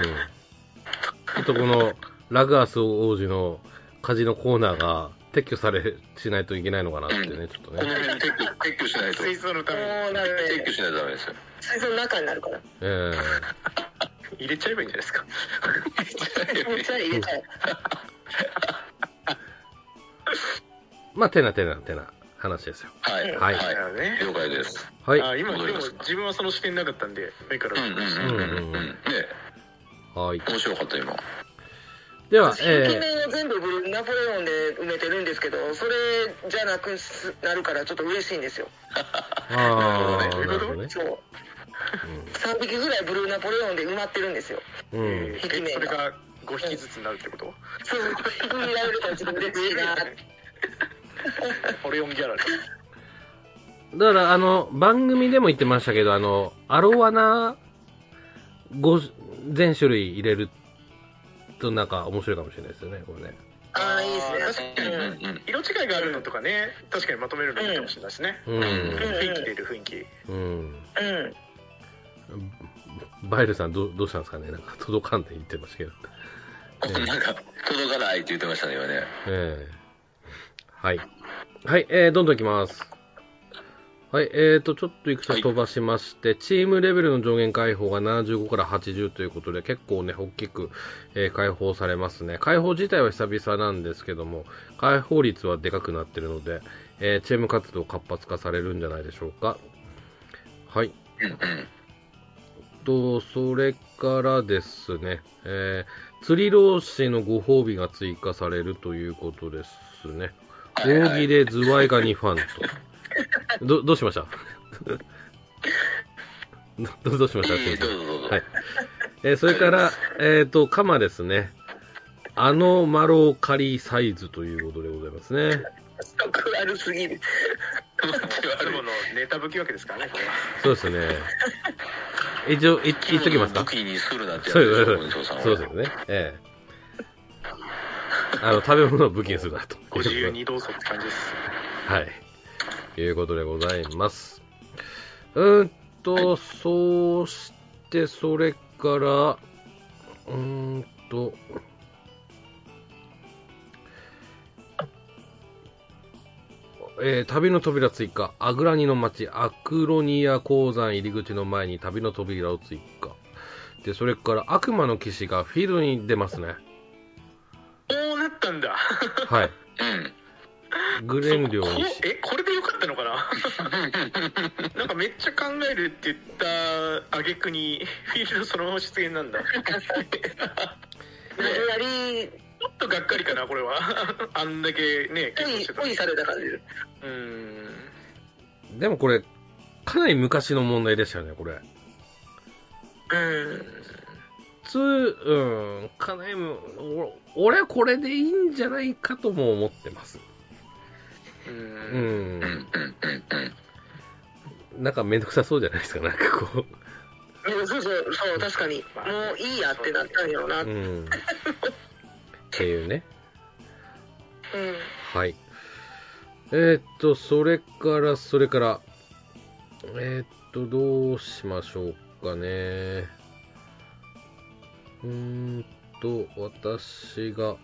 S1: あとこの、ラグアス王子のカジノコーナーが撤去され、しないといけないのかなってね、ちょっと
S2: この
S1: ね。
S2: 辺撤去撤去しないと
S4: 水槽のため
S7: もうダ
S2: 撤
S7: メ
S2: 去。しないとダメですよ
S7: 水槽の中になる から。
S1: え
S4: に入れちゃえばいいんじゃないですか
S7: めっちゃ入れたい。
S1: えまあ、てなてなてな話ですよ。
S2: はい
S1: はい
S4: だからね
S2: 了解です
S1: はい。
S4: あ
S1: は
S4: 今
S2: 戻
S4: で
S2: り
S4: も
S2: ますか
S4: 自分はその視点なかったんで目か
S2: う
S4: ら
S2: んうんうんうんうんね
S1: い。
S2: 面白かった今
S1: では、
S7: 壁
S1: え
S7: 面を全部ブルナポレオンで埋めてるんですけど、それじゃなくすなるからちょっと嬉しいんですよ。
S1: ー、あー、なるほどね。
S7: そう。3匹ぐらいブルーナポレオンで埋まってるんですよ。
S1: うん。うん。
S7: 壁面
S4: それ
S7: が。
S4: が5匹ずつになるってこと
S7: そう、見られるからちょっと嬉しいなって。
S4: ポレオンギャラリー。
S1: だから、あの、番組でも言ってましたけど、あの、アロワナ、ご、全種類入れるとなんか面白いかもしれないですよね、これね。
S7: ああ、いいですね。
S2: うん
S7: うん
S2: うん
S4: 色違いがあるのとかね、確かにまとめるのいいかもしれないですね。
S1: う
S4: 雰囲気出る雰囲気。
S1: ん。
S7: うん。
S1: うん。バイルさん、どう、どうしたんですかねなんか届かんって言ってましたけど。
S2: うんなんか、届かないって言ってましたね、今ね。
S1: ええはい。はい、えー、どんどんいきます。はい、えーと、ちょっといくつか飛ばしまして、チームレベルの上限解放が75から80ということで、結構ね、大きく、えー解放されますね。解放自体は久々なんですけども、解放率はでかくなってるので、えーチーム活動活発化されるんじゃないでしょうか。はい。
S2: うんうん。
S1: と、それからですね、えー、釣り老師のご褒美が追加されるということですね。
S2: はいはい
S1: 大喜でズワイガニファンと。ど、どうしました どどうしました
S2: いいどうぞどうぞ
S1: はい。えーそれから、えっ、と、カマですね。あのマロカリサイズということでございますね。
S7: 食悪すぎる。
S4: いつものネタぶきわけですからね、 これは。
S1: そうですね。一応、い言っときますか
S2: 武器にするなってやつ
S1: そう
S2: でしょ
S1: そうそう。
S2: 文章さんは
S1: そうですよね。ええ。あの、食べ物を武器にするなと。
S4: ご自由にどうぞって感じです。
S1: はい。いうことでございます。うーんと、そうして、それから、うーんと、えー旅の扉追加。アグラニの町、アクロニア鉱山入り口の前に旅の扉を追加。で、それから悪魔の騎士がフィールドに出ますね。
S4: こうなったんだ。
S1: はい。
S2: うん。
S1: グレンリョ
S4: こ
S1: ーにし。
S4: え、これでよかったのかな なんかめっちゃ考えるって言った挙句に、フィールドそのまま出現なんだ。
S7: 無理やり、
S4: ちょっとがっかりかな、これは。 あんだけね、結婚してた
S7: 恋、
S4: の
S7: 恋
S4: に。
S7: された感じで。
S4: うーん。
S1: でもこれ、かなり昔の問題でしたよね、これ。
S7: うん。
S1: 普通、うん、かなりむ、お俺これでいいんじゃないかとも思ってます。
S4: う。
S1: うん。
S2: うんうんんうんうん。
S1: なんかめんどくさそうじゃないですか、なんかこ
S7: でもそうそう、そう、確かに。もういいやってなったんやろうな。う。
S1: う。うんん。っていうね。はい。えーっと、それから、それから、えーっと、どうしましょうかね。うーんと、私が、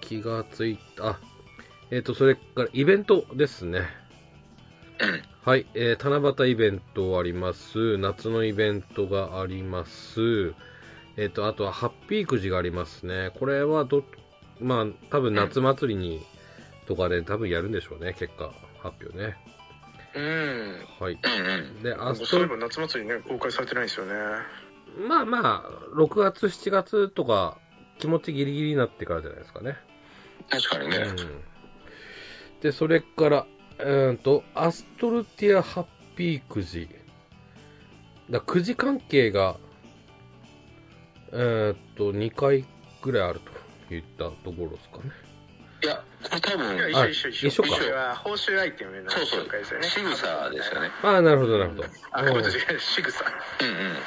S1: 気がついた、あ、えーっと、それから、イベントですね。はい、えー七夕イベントあります。夏のイベントがあります。えっ、と、あとはハッピーくじがありますね。これはど、まあ、多分夏祭りに、とかで多分やるんでしょうね、結果発表ね。
S4: うん。
S1: はい。
S2: うんうん。
S1: で、
S4: な
S1: あ
S4: んかそう
S1: と
S4: いえば、夏祭りね、公開されてないんですよね。
S1: まあまあ、6月、7月とか、気持ちギリギリになってからじゃないですかね。
S2: 確かにね。
S1: うんで、それから、うーんと、アストルティアハッピーくじ。だくじ関係が、えーっと、2回ぐらいあるといったところですかね。
S2: いや、これ多分、
S4: いや一緒一緒
S1: 一緒
S4: 一緒。
S1: か
S4: これは報酬アイテムの
S2: そうそう
S4: 紹介ですよ、ね。
S2: 仕草ですよね。
S1: ああ、なるほど、なるほど。
S4: あ、ごめんなさい、仕草。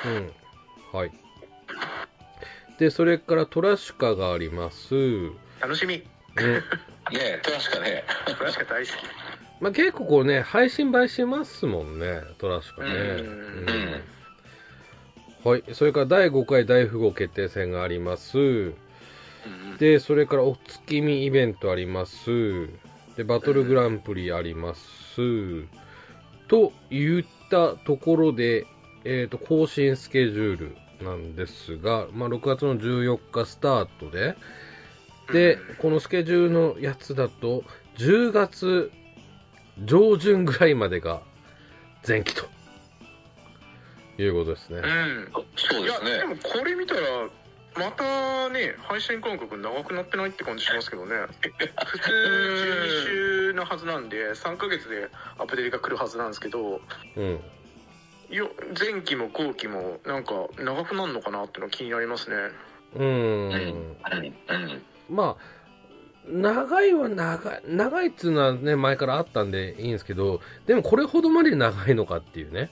S2: うんうん。
S1: うん。はい。で、それからトラシュカがあります。 うん。
S4: 楽しみ。
S2: ねえ、確かね。
S4: 楽しか大好き。
S1: まあ、結構こうね、配信映えしますもんね、トラシュカね。
S4: うん
S2: うん。
S1: はい、それから第5回大富豪決定戦があります。で、それからお月見イベントあります。で、バトルグランプリあります。と言ったところで、えっ、と、更新スケジュールなんですが、まあ、6月の14日スタートで、で、このスケジュールのやつだと、10月上旬ぐらいまでが前期ということですね。
S4: うん。
S2: そう
S4: い
S2: で
S4: や
S2: す
S4: で
S2: ね。
S4: もこれ見たらまたね、配信間隔長くなってないって感じしますけどね。普通12週のはずなんで、3ヶ月でアップデートが来るはずなんですけど、
S1: うん。
S4: いや、前期も後期もなんか長くなるのかなってのは気になりますね。
S1: うーん。
S2: うん。
S1: まあ、長いは長い、長いっつうのはね、前からあったんでいいんですけど、でもこれほどまで長いのかっていうね。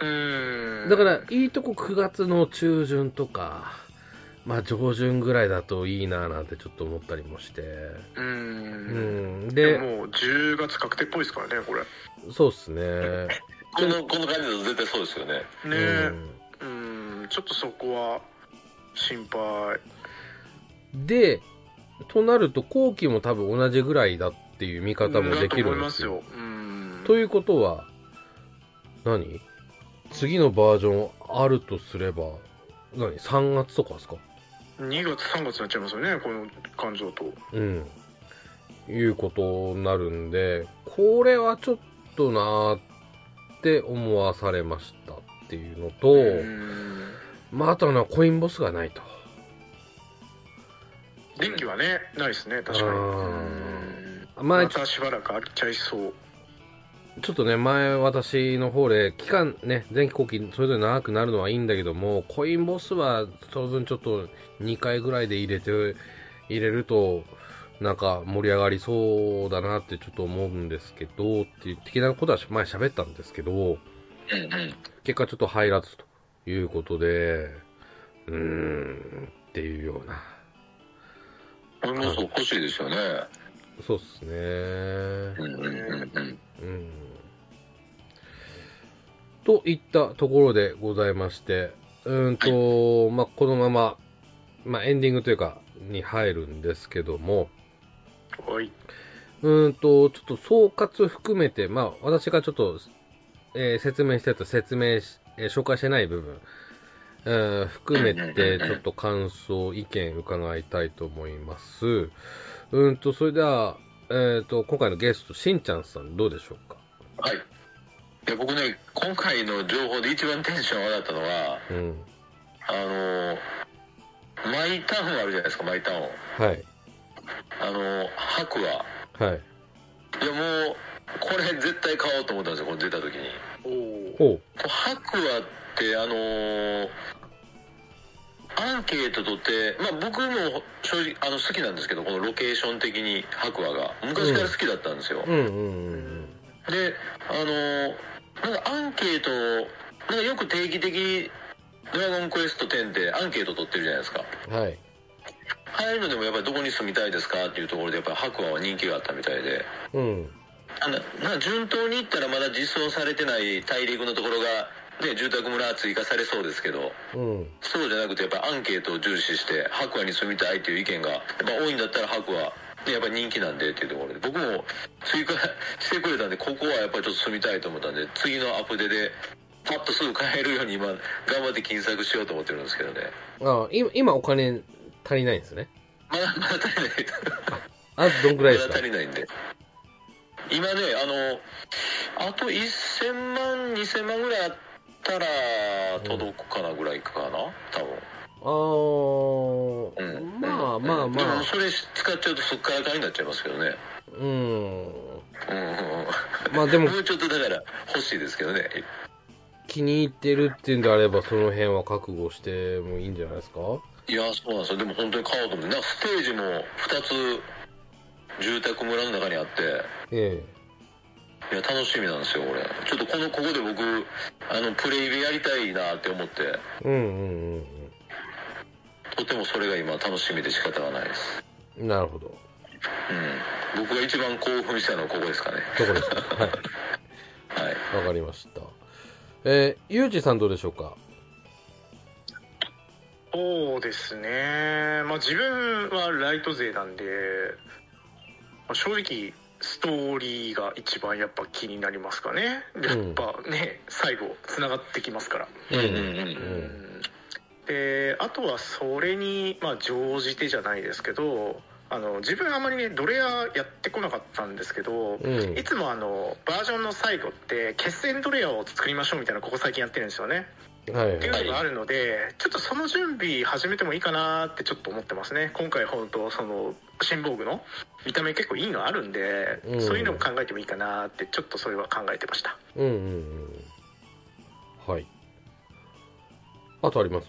S4: うーん。
S1: だから、いいとこ9月の中旬とか、まあ上旬ぐらいだといいなぁなんてちょっと思ったりもして。
S4: うー。
S1: うんん。
S4: で
S1: で、
S4: ももう10月確定っぽいですからね、これ。ね
S1: そうっすね。
S2: この、この感じだと絶対そうですよね。
S4: え。うん、ちょっとそこは心配。
S1: うんで、となると後期も多分同じぐらいだっていう見方もできる
S4: だと思い
S1: んで
S4: ますす
S1: よ
S4: よ。。うん。
S1: ということは、何次のバージョンあるとすれば、何 ?3 月とかですか
S4: 2月、3月になっちゃいますよね、この感情と。
S1: うん。いうことになるんで、これはちょっとなーって思わされましたっていうのと、
S4: うん
S1: まあ、あとはなコインボスがないと。
S4: 電気はね、ないですね、確かに。
S1: う
S4: うんん
S1: まあ、
S4: ま
S1: ち
S4: たしばらく飽きちゃいそう。
S1: ょっとね、前私の方で、期間ね、前期後期それぞれ長くなるのはいいんだけども、コインボスはその分ちょっと2回ぐらいで入れて、入れると、なんか盛り上がりそうだなってちょっと思うんですけど、っていう的なことは前喋ったんですけど、
S2: うんうん。
S1: 結果ちょっと入らずということで、うーん、っていうような。
S2: これもそう欲しいですよね。
S1: そうっすね。
S2: うんうんうんうん。
S1: うん。といったところでございまして、うーんと、まあ、このまま、まあ、エンディングというか、に入るんですけども、
S4: はい。
S1: うーんと、ちょっと総括含めて、まあ、私がちょっと、えー説明してた説明し、えー紹介してない部分、えー含めて、ちょっと感想、意見伺いたいと思います。うーんと、それでは、えーと、今回のゲスト、しんちゃんさん、どうでしょうか
S2: はい。いや、僕ね、今回の情報で一番テンション上がったのは、
S1: うん。
S2: あのー、マイタウンあるじゃないですか、マイタウン。
S1: はい。
S2: あのー、白は。
S1: はい。
S2: いや、もう、これ絶対買おうと思ったんですよ、これ出た時に。
S4: おお。
S1: ほう。
S2: 白亜ってあのーアンケート取って、まあ、僕も正直あの好きなんですけどこのロケーション的に白亜が昔から好きだったんですよ、
S1: うんうんうん
S2: であのーなんかアンケートをなんかよく定期的に「ドラゴンクエスト10」ってアンケート取ってるじゃないですか
S1: うん。はい。
S2: ああいうのでもやっぱりどこに住みたいですかっていうところでやっぱり白亜は人気があったみたいで
S1: うん。
S2: あのなんか順当にいったらまだ実装されてない大陸のところが、ね、住宅村は追加されそうですけど
S1: うん。
S2: そうじゃなくてやっぱアンケートを重視して白亜に住みたいという意見がやっぱ多いんだったら白亜でやっぱ人気なんでっていうところで僕も追加 してくれたんでここはやっぱりちょっと住みたいと思ったんで次のアップデでパッとすぐ買えるように今頑張って金策しようと思ってるんですけどね
S1: あ今、今お金足りないんですね。
S2: まだまだ足りない
S1: あとどんくらいです
S2: まだ
S1: か
S2: 足りないんで今ねあのあと1000万2000万ぐらいあったら届くかなぐらいかな多分
S1: あー、
S2: うん
S1: まあまあ
S2: で
S1: まあ
S2: も。それ使っちゃうとすっからかになっちゃいますけどね
S1: うん。
S2: うんうん
S1: まあで
S2: うん
S1: も
S2: もうちょっとだから欲しいですけどね
S1: 気に入ってるっていうんであればその辺は覚悟してもいいんじゃないですか
S2: いやそうなんですよでも本当に買おうと思ってなんかステージも2つ住宅村の中にあって
S1: え
S2: いや楽しみなんですよこれちょっとこのここで僕あのプレイでやりたいなって思って
S1: え。うんうんうん
S2: とてもそれが今楽しみで仕方がないです
S1: うん。なるほど。
S2: うん僕が一番興奮したのはここですかね
S1: どこですかはい。
S2: はい
S1: わかりました。えー、ゆうじさんどうでしょうか
S4: そうですね。まあ自分はライト勢なんで、まあ正直、ストーリーが一番やっぱ気になりますかね。やっぱね、最後、繋がってきますから。
S1: うん
S2: うんうんうん
S4: であとはそれに、まあ、乗じてじゃないですけどあの自分あまりねドレアやってこなかったんですけ
S1: う
S4: ど、
S1: ん
S4: いつもあのバージョンの最後って決戦ドレアを作りましょうみたいなのここ最近やってるんですよね
S1: はい
S4: っていうのがあるので、ちょっとその準備始めてもいいかなってちょっと思ってますね、今回、本当、その新防具の見た目、結構いいのあるんで、
S1: うん
S4: そういうのも考えてもいいかなって、ちょっとそれは考えてました。
S1: うんうんうんはいあとあります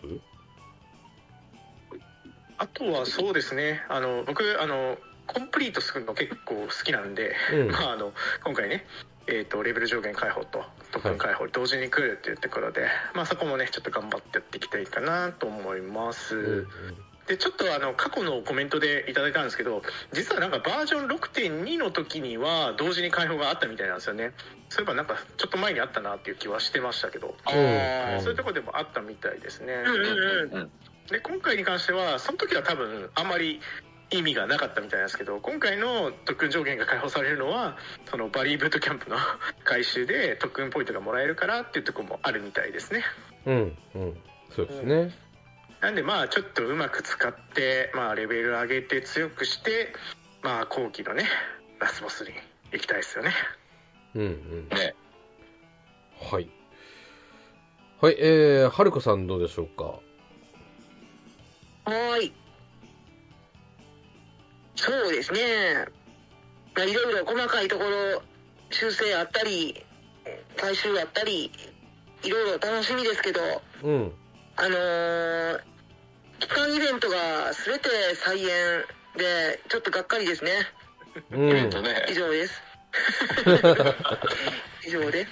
S4: あとはそうですね、あの僕あの、コンプリートするの結構好きなんで、
S1: うん
S4: まあ、あの今回ね、えーと、レベル上限解放と特訓解放、同時に来るっていうところで、まあ、そこもね、ちょっと頑張ってやっていきたいかなと思います。
S1: うん
S4: でちょっとあの過去のコメントでいただいたんですけど実はなんかバージョン6.2の時には同時に開放があったみたいなんですよねそういえばなんかちょっと前にあったなっていう気はしてましたけど、
S1: うん
S4: はいそういうとこでもあったみたいですね、
S2: うん
S4: で今回に関してはその時は多分あんまり意味がなかったみたいなんですけど今回の特訓上限が解放されるのはそのバリーブートキャンプの 回収で特訓ポイントがもらえるからっていうところもあるみたいですね
S1: うんうんそうですね
S4: なんでまあちょっとうまく使って、まあ、レベル上げて強くして、まあ、後期のねラスボスに行きたいですよね
S1: うんうん
S2: ね
S1: はいはいえー、はるかさんどうでしょうか
S7: はーい。そうですね。まあ、いろいろ細かいところ、修正あったり、回収あったり、いろいろ楽しみですけど、
S1: うん
S7: あのー、期間イベントが全て再演で、ちょっとがっかりですね。
S1: う
S2: イベン
S1: ん
S2: トね
S7: 以上です。以上です。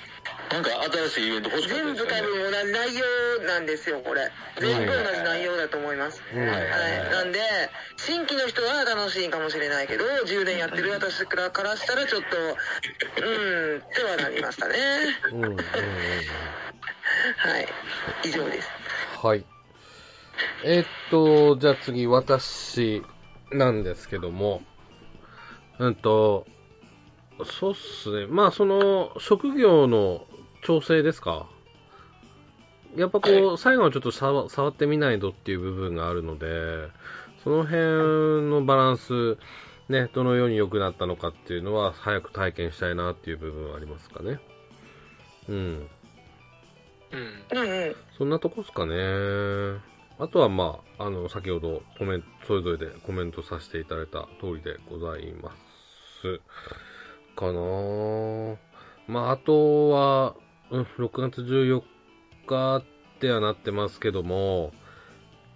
S2: なんか新しいイベント欲しかった
S7: 全
S2: です
S7: 部
S2: よね
S7: 多分同じ内容なんですよ、これ。全部同じ内容だと思います。
S1: うん
S7: はい、なんで、新規の人は楽しいかもしれないけど、10年やってる私からからしたら、ちょっと、うーん、ってはなりましたね。
S1: うんうんうん
S7: はい、以上です。
S1: はい。えーっと、じゃあ次、私なんですけども、うんと、そうっすね。まあ、その、職業の調整ですか。やっぱこう、最後はちょっと触触ってみないとっていう部分があるので、その辺のバランス、ね、どのように良くなったのかっていうのは、早く体験したいなっていう部分はありますかね。うん。
S4: うん
S7: うんうん。
S1: そんなとこっすかね。あとは、まあ、あの、先ほどコメント、それぞれでコメントさせていただいた通りでございます。かなぁ。まあ、あとは、うん、6月14日ってはなってますけども、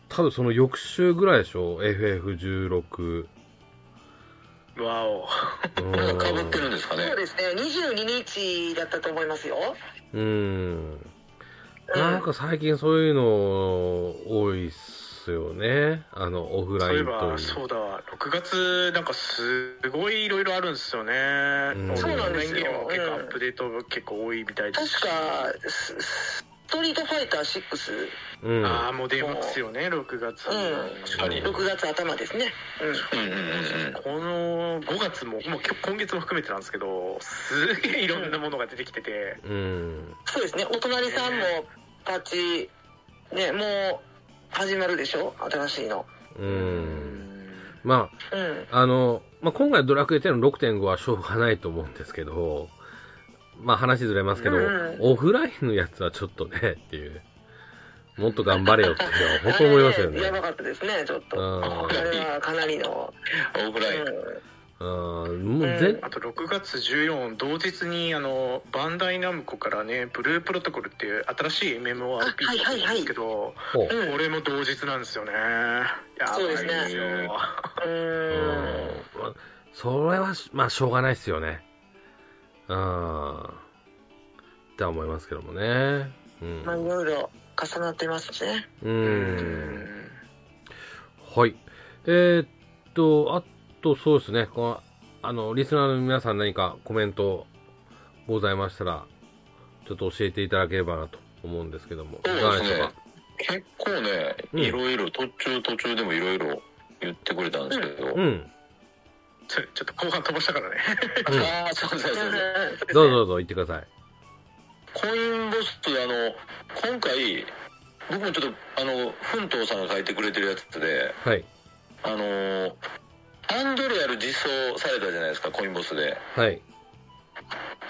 S1: 多分その翌週ぐらいでしょ ?FF16。
S4: わお
S1: うん
S2: かぶってるんですかね
S7: そうですね、22日だったと思いますよ。
S1: うん。なんか最近そういうの多いっすよね。あの、オフラ
S4: そうい
S1: イ
S4: え
S1: ンという。
S4: ばそうだわ6月なんかすごいいろいろあるんですよね、
S1: うんそうなんです
S4: オンラ
S7: よ
S4: インゲームも結構アップデート結構多いみたいです
S7: 確か、スストリートファイター6、
S1: うん。
S4: ああもう出ますよね6月、
S7: うん
S2: 確かに
S7: 6月頭ですね。うん。
S2: うんうんうんうん
S4: この5月ももう今日今月も含めてなんですけどすげえいろんなものが出てきてて、
S1: うん。
S7: そうですね、お隣さんもパッチ、ね、もう始まるでしょ、新しいの。
S1: うん。ま
S7: うん。
S1: あ、あの、まあ、今回ドラクエ10の6.5はしょうがないと思うんですけど、まあ話ずれますけど、
S7: うんうん
S1: オフラインのやつはちょっとね、っていう。もっと頑張れよって、本当思いますよね
S7: あれ。やばかったですね、ちょっ
S1: う
S7: と。
S1: ん
S7: あれはかなりの。
S2: オフライン。
S1: うん。もうぜ、
S4: あと6月14同日にあのバンダイナムコからねブループロトコルっていう新しい MMORPG
S7: あはいはいはい
S4: なんですけど、
S1: ほう
S7: うん。うん
S4: これも同日なんですよねやばいですよ
S7: そうです
S2: ね
S7: うん。
S1: まあそれはし、まあ、しょうがないですよね。うん。って思いますけどもね。うん。
S7: まあ、いろいろ重なってますしね。
S1: う。
S4: うんん
S1: はい。えーっと、あと、そうですね。このあの、リスナーの皆さん何かコメントございましたら、ちょっと教えていただければなと思うんですけども。
S2: そうで
S1: い
S2: すね
S1: かがしょうか
S2: 結構ね、
S1: うん
S2: いろいろ、途中途中でもいろいろ言ってくれたんですけど。
S1: うん。
S4: ちょちょっと後半飛ばしたからね
S1: うん
S2: ああ、そうそうそうそう。
S1: どうぞどうぞ、言ってください。
S2: コインボスってあの、今回、僕もちょっと、あの、奮闘さんが書いてくれてるやつで、
S1: はい。
S2: あのー、アンドレアル実装されたじゃないですか、コインボスで。
S1: はい。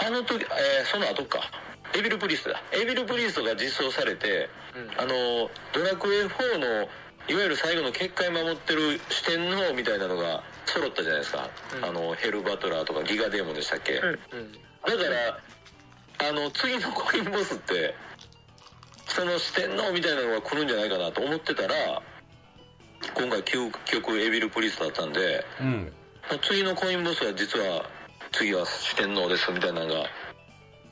S2: あの時、えーその後か。エビル・プリストだエビル・プリストが実装されて、あのドラクエ4のいわゆる最後の結界守ってる四天王みたいなのが揃ったじゃないですか、
S6: うん
S2: あのヘル・バトラーとかギガデーモンでしたっけ、
S6: うん
S2: だからあの次のコインボスってその四天王みたいなのが来るんじゃないかなと思ってたら今回究極エビル・プリストだったんで
S1: うん。
S2: 次のコインボスは実は次は四天王ですみたいなのが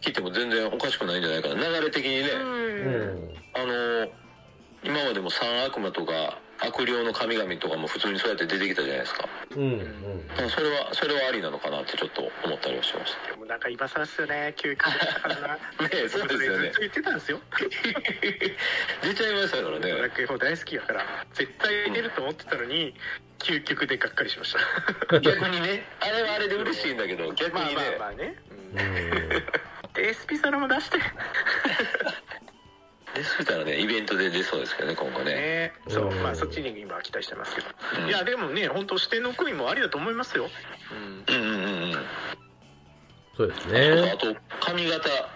S2: 聞いても全然おかしくないんじゃないかな流れ的に
S1: う
S2: ね、
S1: ん。
S2: あのー今までも三悪魔とか悪霊の神々とかも普通にそうやって出てきたじゃないですか
S1: うん。うん。
S2: だからそれはそれはありなのかなってちょっと思ったりはしまし
S4: でもなんか今更っすよね休暇だからな
S2: たねえそうですよ
S4: ず
S2: ね
S4: っと言ってたんですよ
S2: 出ちゃいましたからね
S4: ドラクエ4大好きだから絶対出ると思ってたのに究極でがっかりしま した
S2: 逆にねあれはあれで嬉しいんだけど逆
S4: まあ
S2: にね、
S4: まあまあね、
S1: うん
S4: うん、SP サラも出して
S2: ですみたらねイベントで出そうですけどね今後ね
S4: ねそう
S1: うん
S4: まあそっちに今は期待してますけど、
S2: うん
S4: いやでもね本当四天王クイーンもありだと思いますよ、
S2: うんうんうんうん
S1: そうです
S2: あ
S1: ね。
S2: と髪型
S1: は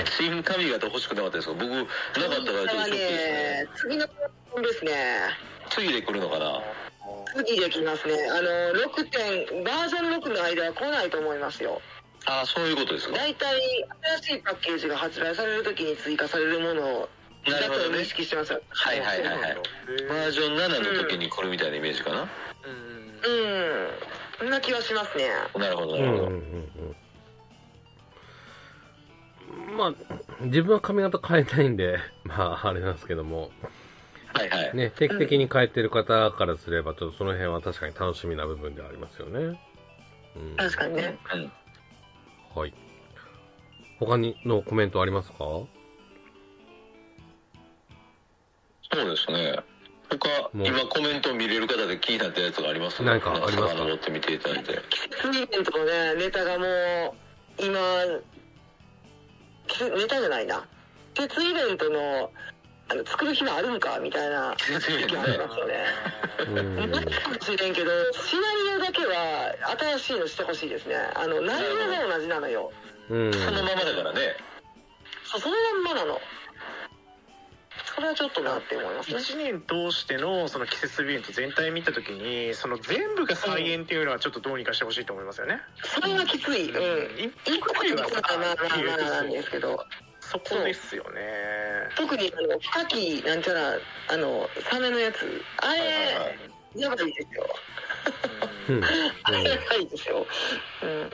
S1: い。
S2: 新髪型欲しくなかったですか僕なかったからちょっとショックですね
S7: ね、次のですね、
S2: 次で来るのかな
S7: 次できますね、あの6点、バージョン6の間は来ないと思いますよ、
S2: ああそういうことですか
S7: 大体新しいパッケージが発売されるときに追加されるもの
S2: な
S7: だ
S2: るほ
S7: と
S2: ど
S7: 認
S2: ね
S7: 識してますよ。
S2: はいはいはいはいバージョン7の時に来るみたいなイメージかな、
S7: うん、そんな気はしますね。
S2: なるほど
S1: う
S2: なる
S1: ん
S2: ほ
S1: う
S2: ど、
S1: んうん。まあ、自分は髪型変えたいんで、 まあ、あれなんですけども、
S2: はいはい、
S1: ね、定期的に変えてる方からすれば、ちょっとその辺は確かに楽しみな部分ではありますよね。うん、
S7: 確かにね。
S2: うん、
S1: はい。他にのコメントあります かも
S2: そうですね他
S1: もう
S2: 今コメント見れる方で気になったやつがあります
S1: なんかありますか
S2: 遡って見ていただいて
S7: 2点とかね、ネタがもう、今、きネタじゃないな。鉄イベントの、あの、作る暇あるんかみたいな意見ありますよね。
S1: うん
S7: ないかもしれんけど、シナリオだけは新しいのしてほしいですね。あの、内容が同じなのよ。
S1: うん。
S2: そのままだからね
S7: そうそのまんまなの。それはちょっとなって思いますね。
S4: 1年通してのその季節イベント全体見た時にその全部が再演っていうのはちょっとどうにかしてほしいと思いますよね、
S7: それはきつい。うん。
S4: 一
S7: 一個では
S4: さ
S7: まあまあまあまあなんですけど。
S4: そこですよね
S7: 特にあのカキなんちゃらあのサメのやつあれ、
S2: はいはいはい
S7: やばいですよ
S1: うん。
S7: あれやばいですよ、うん、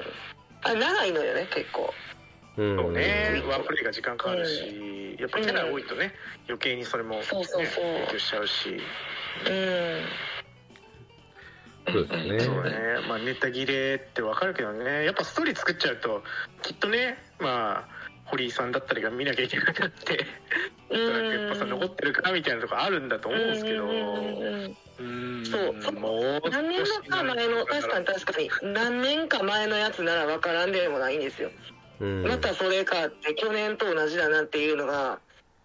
S7: あれ長いのよね結構
S1: うん。
S4: そうね、
S1: うん
S4: ワンプレイが時間かかるし、やっぱキャラ多いとね、余計にそれも、ね、
S7: そうそうそう
S4: 影響しちゃうし、
S7: うん
S1: そうです
S4: そうね
S1: ね。、
S4: まあ、ネタ切れってわかるけどね、やっぱストーリー作っちゃうと、きっとね、まあ、堀井さんだったりが見なきゃいけなくなって、ド
S7: う
S4: ラクエっぽさ残ってるかなみたいなとこあるんだと思うんですけど、
S7: うんうんうんうん
S4: うん
S7: そう
S4: もう少し
S7: 何年か前の確かに確かに何年か前のやつなら分からんでもないんですよ、
S1: うん。
S7: またそれかって去年と同じだなっていうのが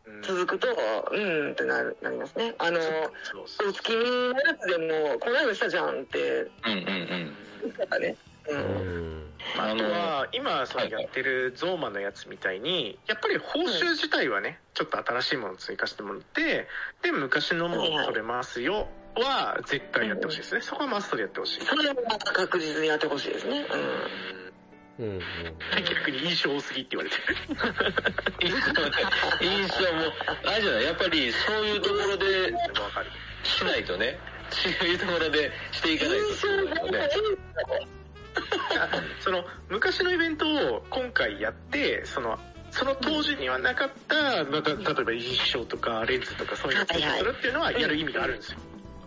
S4: うん
S7: 続くとうんってなるなりますねあの
S4: そうそう
S7: 月見のやつでもこないだしたじゃんって
S2: うんうんうん
S7: なんかね
S1: う
S7: う
S1: んん。
S4: まああと
S2: あ
S4: は今そのやってるゾーマのやつみたいにやっぱり報酬自体はねちょっと新しいものを追加してもらってで昔のものを取れますよは絶対やってほしいですねそこはマストでやってほしい
S7: それはまた確実にやってほしいですね。
S1: うん。うん。
S4: 逆に印象多すぎって言われて
S2: 印象ね印象もあれじゃないやっぱりそういうところで
S4: でもわかる
S2: しないとねそういうところでしていかないとってことですよね
S4: その昔のイベントを今回やってそのその当時にはなかった、また例えば印象とかレンズとかそういうのを追加するっていうのはやる意味があるんですよ。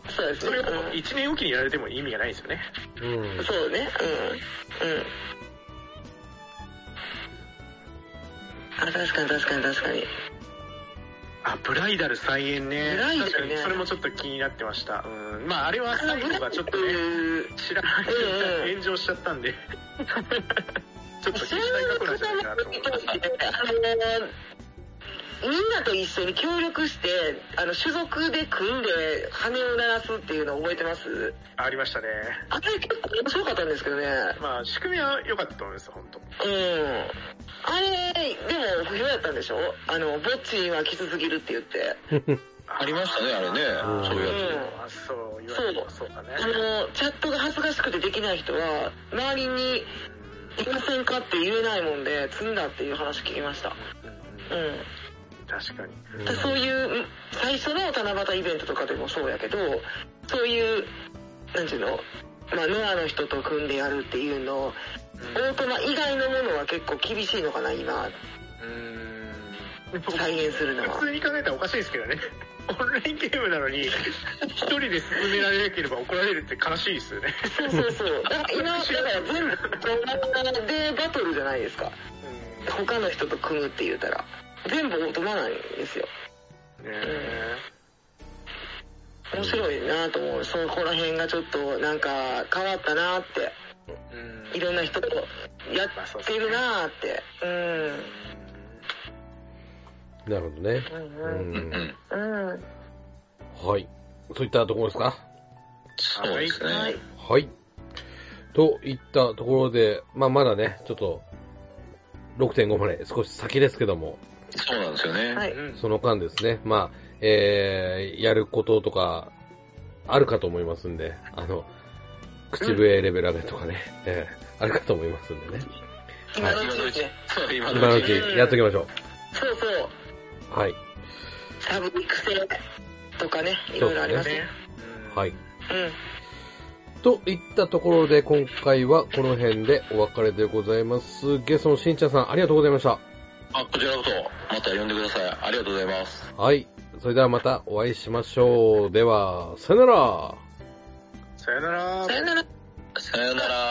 S7: そうです
S4: そ
S7: ね
S4: れを。1年おきにやられても意味がないですよね。
S1: うん
S7: うん。そうね。うん。うん。あ、確かに確かに確かに。
S4: あブライダル再演ね
S7: ブライダル
S4: 確
S7: ね
S4: かにそれもちょっと気になってましたうんまああれは最後がちょっとね知らない
S7: うんうん
S4: 炎上しちゃったんで ちょっと小
S7: そう
S4: さい
S7: い
S4: 過
S7: う
S4: 去なんじゃ
S7: 方
S4: な
S7: も
S4: いかなと思います
S7: あの、みんなと一緒に協力してあの種族で組んで羽を鳴らすっていうのを覚えてます
S6: ありましたね。
S7: あれ結構面白かったんですけどね
S6: まあ、仕組みは良かったと思います、本当。
S7: うんあれでも不評やったんでしょあのぼっちにはきつすぎるって言って
S2: ありましたね、あれね。そういうや
S7: うん
S6: あ、そう、言われてもそうかね。
S7: あのチャットが恥ずかしくてできない人は周りにいませんかって言えないもんで積んだっていう話聞きました
S6: うん
S7: うん
S6: 確かに。
S7: でそういううん最初の七夕イベントとかでもそうやけどそういうなんていうの、まあ、ノアの人と組んでやるっていうのオートマ以外のものは結構厳しいのかな今
S6: うん。
S7: 再現するのは
S6: 普通に考えたらおかしいですけどね。オンラインゲームなのに、一人で進められなければ怒られるって悲しいですよね。
S7: そうそうそうだ から今だから全部大人でバトルじゃないですか他の人と組むって言うたら全部大人なんですよ
S6: ねえ
S7: 面白いなと思うそこら辺がちょっとなんか変わったなって
S6: うん
S7: いろんな人とやってるなってうん
S1: なるほどね。う。
S7: うん
S2: うんうんん。
S7: うん
S1: はい。そういったところですか
S2: そうですね。
S7: はい
S1: はい。といったところで、まあ、まだね、ちょっと、6.5まで少し先ですけども、
S2: そうなんですよね。
S7: はい
S1: その間ですね、まあ、えー、やることとか、あるかと思いますんで、あの、口笛レベル上げとかね、えー、あるかと思いますんでね。
S7: 今のうちですね
S2: そう、今
S1: 今の
S2: のう
S1: う
S2: ち
S1: ち
S2: に。
S1: やっときましょ
S7: そうそう
S1: う。はい。
S7: サブ育成とかねいろいろありますね
S1: はい。
S7: うん
S1: といったところで、今回はこの辺でお別れでございます。ゲストのしんちゃんさん、ありがとうございました。
S2: あ、こちらこそ、また呼んでください。ありがとうございます。
S1: はい。それではまたお会いしましょう。では、さよなら。
S6: さよなら
S7: さ。よなら
S2: さよなら。